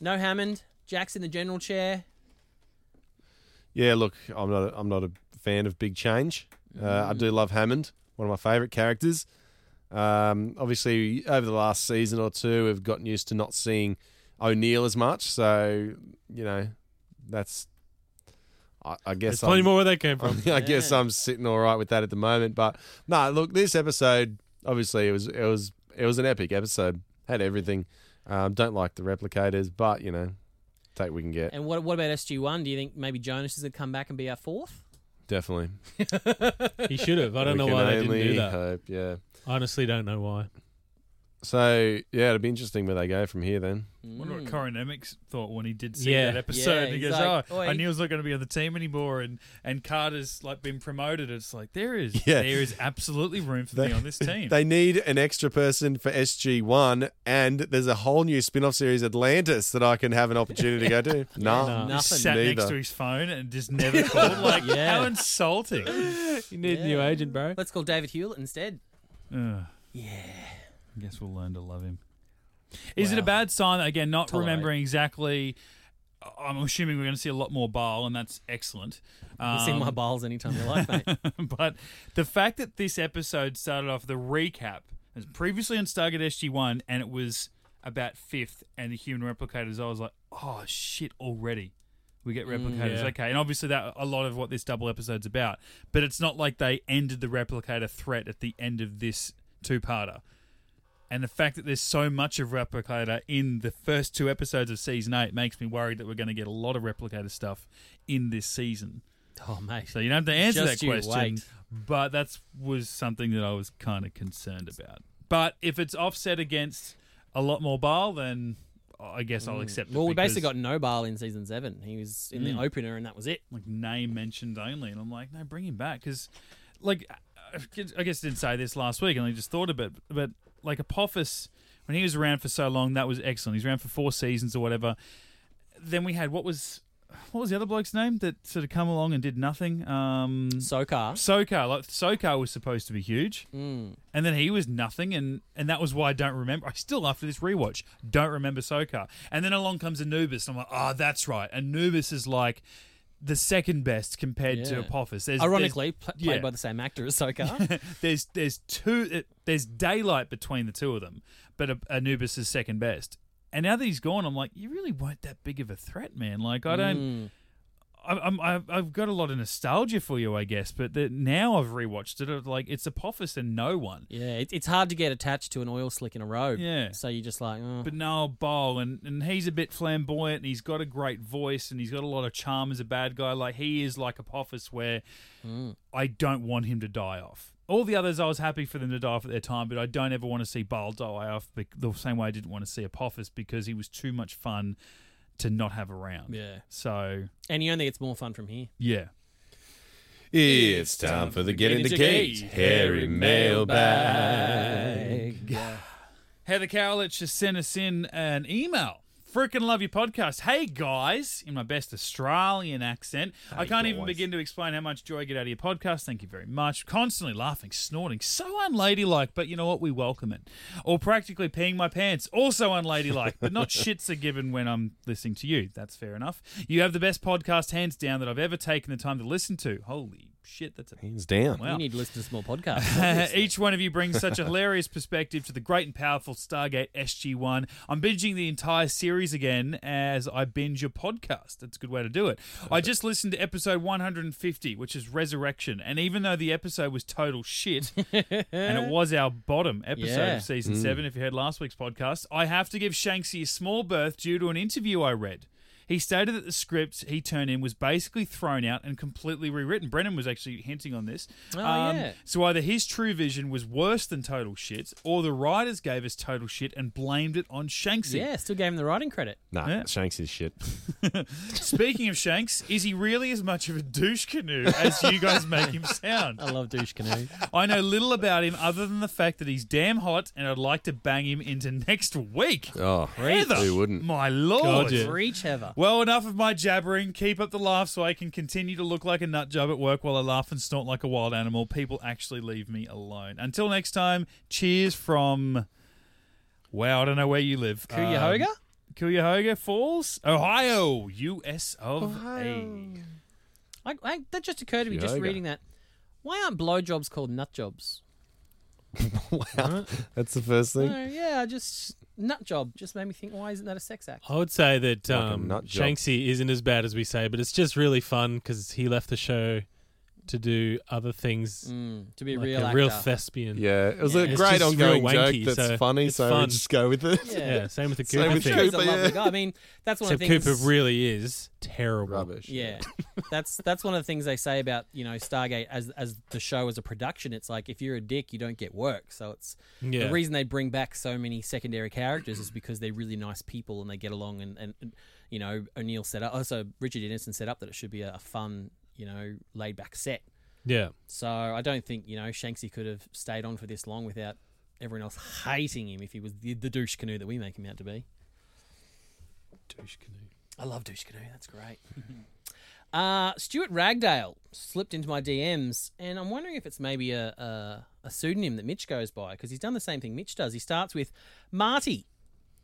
no Hammond, Jack's in the general chair. yeah, look, I'm not. A, I'm not a fan of big change. Uh, Mm. I do love Hammond, one of my favourite characters. Um, obviously, over the last season or two, we've gotten used to not seeing O'Neill as much. So you know, that's. I, I guess There's plenty more where they came from. I guess Yeah. I'm sitting all right with that at the moment. But no, look, this episode obviously it was it was it was an epic episode. Had everything. Um, don't like the replicators, but you know, take what we can get. And what what about SG one? Do you think maybe Jonas is gonna come back and be our fourth? Definitely. He should have. I don't We know can why they didn't only do that. Hope, yeah. Honestly, don't know why. So yeah, it'll be interesting where they go from here. Then wonder what Corin Emics thought when he did see Mm. Yeah. that episode. Yeah, he he's goes, like, "Oh, "Oi." I knew I was not going to be on the team anymore." And and Carter's like been promoted. It's like there is Yeah. there is absolutely room for me on this team. They need an extra person for SG One, and there's a whole new spin-off series, Atlantis, that I can have an opportunity to go to. no, He sat next to his phone and just never called. Like how insulting! You need a new agent, bro. Let's call David Hewlett instead. Ugh. Yeah. Guess we'll learn to love him. Is it a bad sign that, again? Not remembering exactly. I'm assuming we're going to see a lot more bile, and that's excellent. We'll see more Biles anytime you like, mate. but the fact that this episode started off the recap as previously on Stargate SG One, and it was about fifth, and the human replicators. I was like, oh shit, already. We get replicators, yeah. okay, and obviously that a lot of what this double episode's about. But it's not like they ended the replicator threat at the end of this two-parter and the fact that there's so much of replicator in the first two episodes of season 8 makes me worried that we're going to get a lot of replicator stuff in this season oh mate so you don't have to answer Just that you question wait. but that was something that i was kind of concerned about but if it's offset against a lot more bile then i guess i'll Mm. accept it Well, we basically because, got no Bile in season seven. He was in Mm. the opener, and that was it. like name mentioned only and i'm like no bring him back because like I- i guess I didn't say this last week and i just thought of it but like apophis when he was around for so long that was excellent he's around for four seasons or whatever then we had what was what was the other bloke's name that sort of come along and did nothing? Um, Sokar. Sokar. Like Sokar was supposed to be huge, Mm. and then he was nothing, and and that was why I don't remember. I still after this rewatch don't remember Sokar. And then along comes Anubis, and I'm like, oh, that's right. Anubis is like the second best compared to Yeah. Apophis. There's, Ironically, there's, pl- played by the same actor as Sokar. there's there's two it- there's daylight between the two of them, but A- Anubis is second best. And now that he's gone, I'm like, you really weren't that big of a threat, man. Like I don't. I- I'm, I've, I've got a lot of nostalgia for you, I guess, but the, now I've rewatched it. I'm Like it's Apophis and no one, yeah, it, it's hard to get attached to an oil slick in a robe. Yeah. So you're just like, oh. but now Bowl and and he's a bit flamboyant. and He's got a great voice and he's got a lot of charm as a bad guy. Like he is like Apophis, where I don't want him to die off. All the others, I was happy for them to die off at their time, but I don't ever want to see Baal die off bec- the same way I didn't want to see Apophis because he was too much fun to not have around. Yeah. So, and he only gets more fun from here. yeah. It's time for the Get in the Gate Harry Mailbag. Heather Cowlitz just sent us in an email. Freaking love your podcast. Hey guys, in my best Australian accent. I can't even begin to explain how much joy I get out of your podcast. Thank you very much. Constantly laughing, snorting. So unladylike, but you know what? We welcome it. Or practically peeing my pants. Also unladylike, but not shits a given when I'm listening to you. That's fair enough. You have the best podcast, hands down, that I've ever taken the time to listen to. Holy shit, that's a hands down. Wow. You need to listen to some more podcasts. obviously. Each one of you brings such a hilarious perspective to the great and powerful Stargate SG1. I'm binging the entire series again as I binge your podcast. That's a good way to do it. I just listened to episode 150, which is Resurrection, and even though the episode was total shit, and it was our bottom episode Yeah. Hmm. of season Mm. seven, if you heard last week's podcast, I have to give Shanksy a small berth due to an interview I read. He stated that the script he turned in was basically thrown out and completely rewritten. Brennan was actually hinting on this. Um, Oh, yeah. So either his true vision was worse than total shit, or the writers gave us total shit and blamed it on Shanksy. yeah, still gave him the writing credit. Nah, Yeah. Shanks is shit. Speaking of Shanks, is he really as much of a douche canoe as you guys make him sound? I love douche canoe. I know little about him other than the fact that he's damn hot and I'd like to bang him into next week. Oh, Heather, who wouldn't? My lord. God, yeah. Reach Heather. Well, enough of my jabbering. Keep up the laugh so I can continue to look like a nut job at work while I laugh and snort like a wild animal. People actually leave me alone. Until next time, cheers from. Wow, I don't know where you live. Cuyahoga? Um, Cuyahoga Falls, Ohio, US of A. I, I, that just occurred to me just Yoga. reading that. Why aren't blowjobs called nut jobs? wow, that's the first thing. No, yeah, I just nut job just made me think. Why isn't that a sex act? I would say that Like a um, nut job. Shanksy isn't as bad as we say, but it's just really fun because he left the show to do other things. Mm, to be a like real a real actor. thespian. Yeah, it was a It's great just ongoing real joke wanky, that's so funny, it's so we fun. just go with it. Yeah, same with the Same Cooper with thing. Sure, he's a Cooper, lovely yeah. guy. I mean, that's one of Except the things. Cooper really is terrible. Rubbish. Yeah, that's that's one of the things they say about you know Stargate as as the show as a production. It's like if you're a dick, you don't get work. So it's Yeah. the reason they bring back so many secondary characters is because they're really nice people and they get along. And, and, and, you know O'Neill set up, also Richard Innocent set up that it should be a, a fun, you know, laid back set. Yeah. So I don't think you know Shanksy could have stayed on for this long without everyone else hating him if he was the, the douche canoe that we make him out to be. Douche canoe. I love douche canoe. That's great. Uh, Stuart Ragdale slipped into my DMs, and I'm wondering if it's maybe a, a, a pseudonym that Mitch goes by because he's done the same thing Mitch does. He starts with Marty.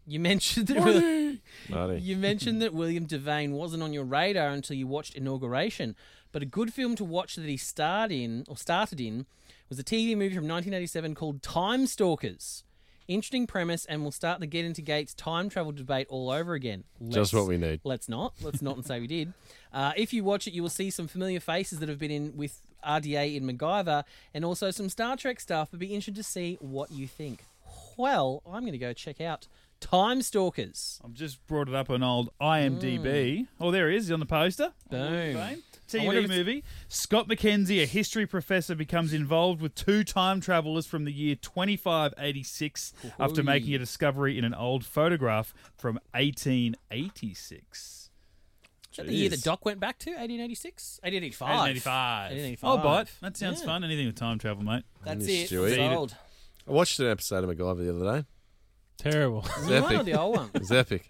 You mentioned that Marty. you mentioned that William Devane wasn't on your radar until you watched Inauguration, but a good film to watch that he starred in or started in was a TV movie from 1987 called Time Stalkers. Interesting premise, and we'll start the Get Into Gates time travel debate all over again. Just what we need. Let's not. Let's not and say we did. Uh, if you watch it, you will see some familiar faces that have been in with RDA in MacGyver, and also some Star Trek stuff. But be interested to see what you think. Well, I'm going to go check out Time Stalkers. I've just brought it up on old IMDb. Oh, there he is on the poster. Boom. Hmm. I wonder if TV it's- movie. Scott McKenzie, a history professor, becomes involved with two time travelers from the year 2586 after Ooh. making a discovery in an old photograph from 1886. Is that the year Jeez. that Doc went back to? 1886? 1885. 1885. Oh, but that sounds Yeah. fun. Anything with time travel, mate. That's Yes, it. Stewie. Sold. I watched an episode of MacGyver the other day. Terrible. It was The new one epic. or the old one? It was epic.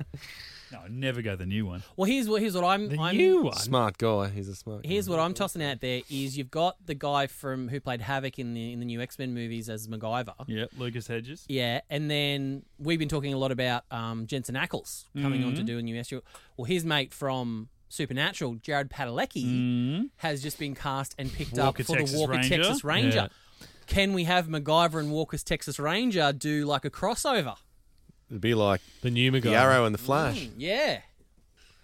No, I'd never go the new one. Well, here's what here's what I'm I'm Smart guy. He's a smart. guy. here's what I'm tossing out there is you've got the guy from who played Havoc in the in the new X Men movies as MacGyver. Yeah, Lucas Hedges. Yeah, and then we've been talking a lot about um, Jensen Ackles coming on to Mhm. do a new SU. Well, his mate from Supernatural, Jared Padalecki, has just been cast and picked Mm-hmm. Walker, up for Texas the Walker Ranger? Texas Ranger. Yeah. Can we have MacGyver and Walker's Texas Ranger do like a crossover? It'd be like the new the MacGyver. Arrow and the Flash. Mm. Yeah.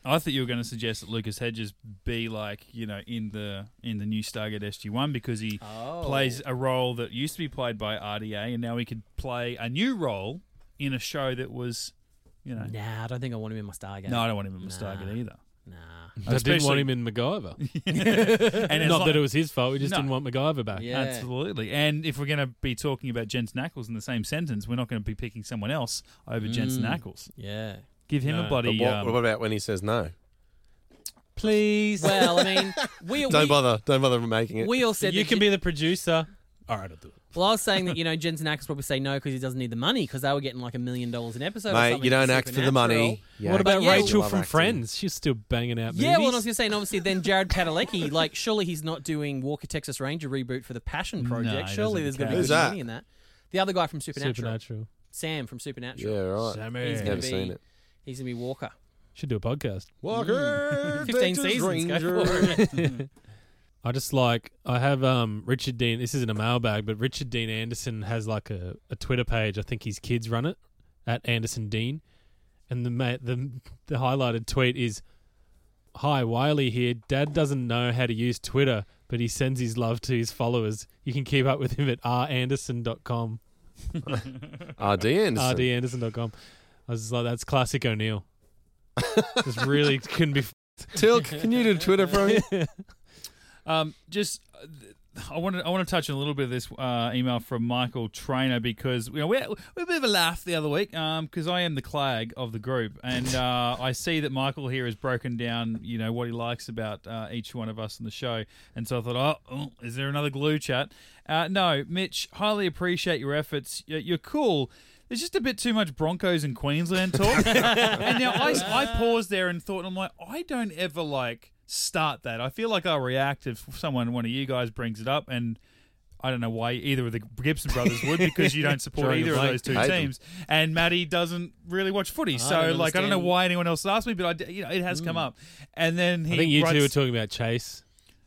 I thought you were going to suggest that Lucas Hedges be like you know in the in the new Stargate SG One because he plays a role that used to be played by RDA and now he could play a new role in a show that was you know Nah, I don't think I want him in my Stargate. no I don't want him in Stargate either. Nah. I didn't want Especially- him in MacGyver. And it's Not like- that it was his fault. We just No. didn't want MacGyver back. Yeah. Absolutely, and if we're going to be talking about Jensen Ackles in the same sentence, we're not going to be picking someone else over Jensen Mm. Ackles. Yeah. Give him No. a But bloody what, um, what about when he says no? Please. Well, I mean, we Don't we, bother. Don't bother making it. we all said you that can J- be the producer. All right, I'll do it. Well, I was saying that you know Jensen Ackles probably say no because he doesn't need the money because they were getting like a million dollars an episode. or Mate, something you don't act for the money. Supernatural. You what act about for the Rachel love from acting. Friends? She's still banging out movies. Yeah, well, I was going to say, and obviously, then Jared Padalecki, like, surely he's not doing Walker Texas Ranger reboot for the Passion No, he Project. doesn't sururely there's going to be good count. Who's that? money in that. The other guy from Supernatural, Supernatural. Sam from Supernatural. Yeah, right. Sammy. He's Never going to be. seen it. He's going to be Walker. Should do a podcast. Walker. Mm. Fifteen Texas seasons. Go Ranger. for it. I just like I have um Richard Dean. This isn't a mailbag, but Richard Dean Anderson has like a, a Twitter page. I think his kids run it at Anderson Dean, and the ma- the the highlighted tweet is, "Hi Wiley here. Dad doesn't know how to use Twitter, but he sends his love to his followers. You can keep up with him at randerson.com, RD Anderson. rdanderson.com." I was just like, "That's classic O'Neill." just really couldn't be. F- Tilk, can you do Twitter for me? Um, just uh, th- I want to I want to touch on a little bit of this uh, email from Michael Trainer because you know we had, we had a bit of a laugh the other week because I am the clag of the group and uh, I see that Michael here has broken down you know what he likes about uh, each one of us on the show and so I thought oh, oh is there another glue chat? Uh, no, Mitch, highly appreciate your efforts. You're, you're cool. There's just a bit too much Broncos and Queensland talk. and now I, I paused there and thought, I'm like, I don't ever like start that. I feel like I'll react if someone, one of you guys brings it up. And I don't know why either of the Gibson brothers would because you don't support Drawing a either of blank. those two Hate them. teams. And Maddie doesn't really watch footy. so, don't like, I don't know understand. why anyone else asked me, but I, d- you know, it has come up. And then he I think you writes, two were talking about Chase.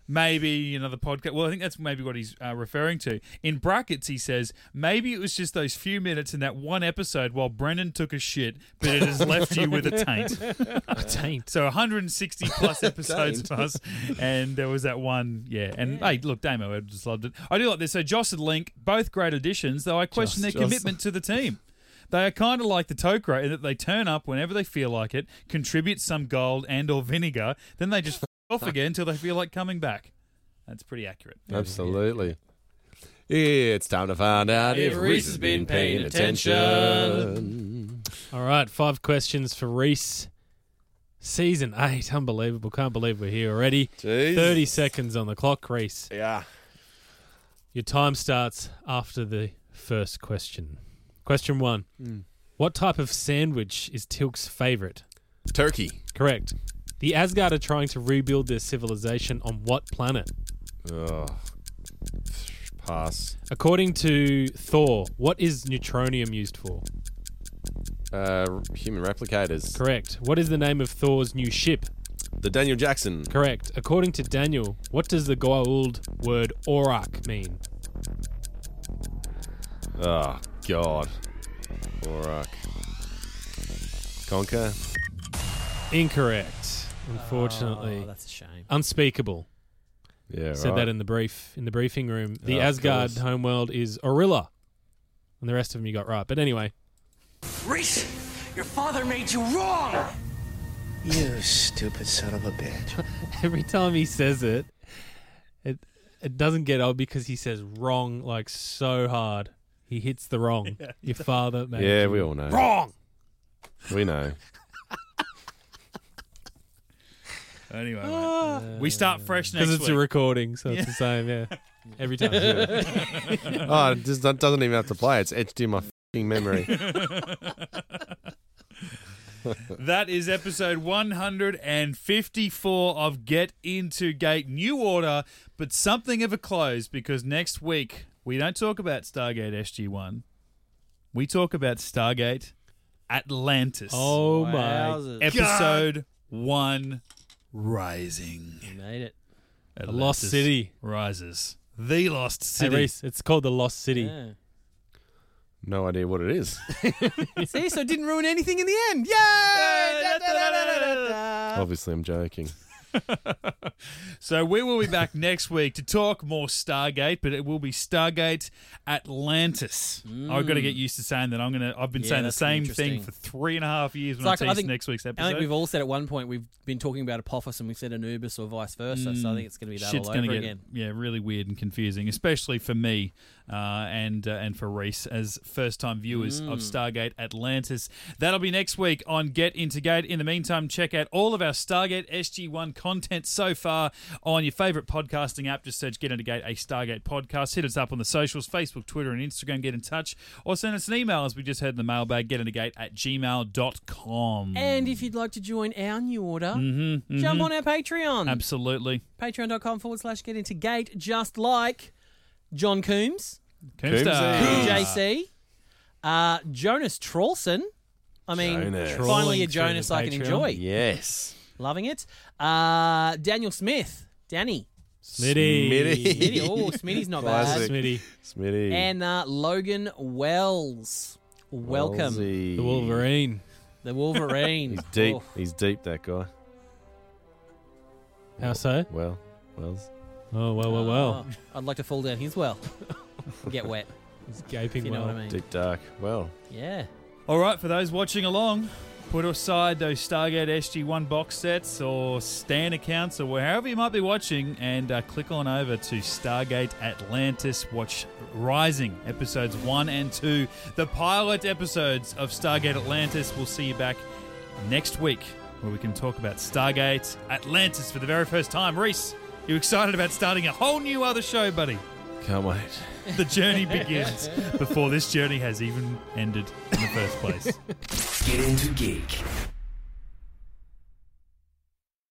maybe another podcast. Well, I think that's maybe what he's uh, referring to. In brackets, he says maybe it was just those few minutes in that one episode while Brendan took a shit, but it has left you with a taint. A taint. So 160 plus episodes Taint. plus, and there was that one. Yeah, and hey, look, Damo, I just loved it. I do like this. So Joss and Link, both great additions, though I question Joss, their Joss. commitment to the team. They are kind of like the Tokra in that they turn up whenever they feel like it, contribute some gold and or vinegar, then they just f- off again until they feel like coming back. That's pretty accurate. Absolutely. It's time to find out if, Reese has been paying attention. All right, five questions for Reese. Season eight, unbelievable! Can't believe we're here already. Thirty seconds on the clock, Reese. Yeah. Your time starts after the first question. Question one: What type of sandwich is Tilk's favorite? Turkey. Correct. The Asgard are trying to rebuild their civilization on what planet? Oh, pass. According to Thor, what is neutronium used for? Uh, human replicators. Correct. What is the name of Thor's new ship? The Daniel Jackson. Correct. According to Daniel, what does the Goa'uld word Aurak mean? Oh, God. Borak. Conquer. Incorrect. Ah, Unfortunately. that's a shame. Unspeakable. Yeah, Said right. that in the brief in the briefing room. The Yeah, of Asgard course. homeworld is Orilla. And the rest of them you got right. But anyway, Reese, your father made you wrong. You stupid son of a bitch. Every time he says it, it it doesn't get old because he says wrong like so hard. He hits the wrong. Yeah, he Your does. father made Yeah, you we all know. Wrong. We know. Anyway, mate. we start fresh next Because Ah. it's week. a recording, so it's the same, yeah. Every time. oh, it just, that doesn't even have to play. It's etched in my fing memory. that is episode 154 of Get Into Gate New Order, but something of a close because next week we don't talk about Stargate SG1. We talk about Stargate Atlantis. Oh my Wowzers. Episode 1 Rising. You made it. The Lost Atlantis City. Rises. The Lost City. Hey, Reese, it's called The Lost City. No idea what it is. See, so it didn't ruin anything in the end. Yay! Da, da, da, da, da, da. Obviously, I'm joking. So we will be back next week to talk more Stargate, but it will be Stargate Atlantis. I've got to get used to saying that. I'm gonna. I've been Mm. Yeah, that's gonna saying the same be thing for interesting. three and a half years It's when like, I I teased think, next week's episode. I think we've all said at one point we've been talking about Apophis and we've said Anubis or vice versa. So I think it's going to be that Shit's all gonna over get, again. Yeah, really weird and confusing, especially for me uh, and uh, and for Reese as first time viewers of Mm. Stargate Atlantis. That'll be next week on Get Into Gate. In the meantime, check out all of our Stargate SG1 content so far on your favorite podcasting app. Just search Get Into Gate, a Stargate podcast. Hit us up on the socials Facebook, Twitter, and Instagram. Get in touch or send us an email as we just heard in the mailbag, getintogate at gmail.com. And if you'd like to join our new order, Mhm, jump mhm. on our Patreon. Absolutely. Patreon.com forward slash get into gate, just like John Coombs, Coomstar. Coombs. JC, uh, Jonas Trawson. I mean, Jonas. finally a Trawling through the Jonas I can Patreon. enjoy. Yes. Loving it. Uh, Daniel Smith, Danny. Smitty. Smitty. Smitty. Oh, Smitty's not Classic. bad. Smitty. Smitty. And uh, Logan Wells. Welcome. Wellsy. The Wolverine. He's deep. Oh, He's deep. That guy. How so? Well, Wells. Oh, well, well, well. oh, I'd like to fall down his well. Get wet. He's gaping if you know well. what I mean. Deep dark. Well. Yeah. All right, for those watching along, put aside those Stargate SG1 box sets or Stan accounts or wherever you might be watching and uh, click on over to Stargate Atlantis. Watch Rising episodes 1 and 2, the pilot episodes of Stargate Atlantis. We'll see you back next week where we can talk about Stargate Atlantis for the very first time. Reese, you excited about starting a whole new other show, buddy? Can't wait. The journey begins before this journey has even ended in the first place. Get into geek.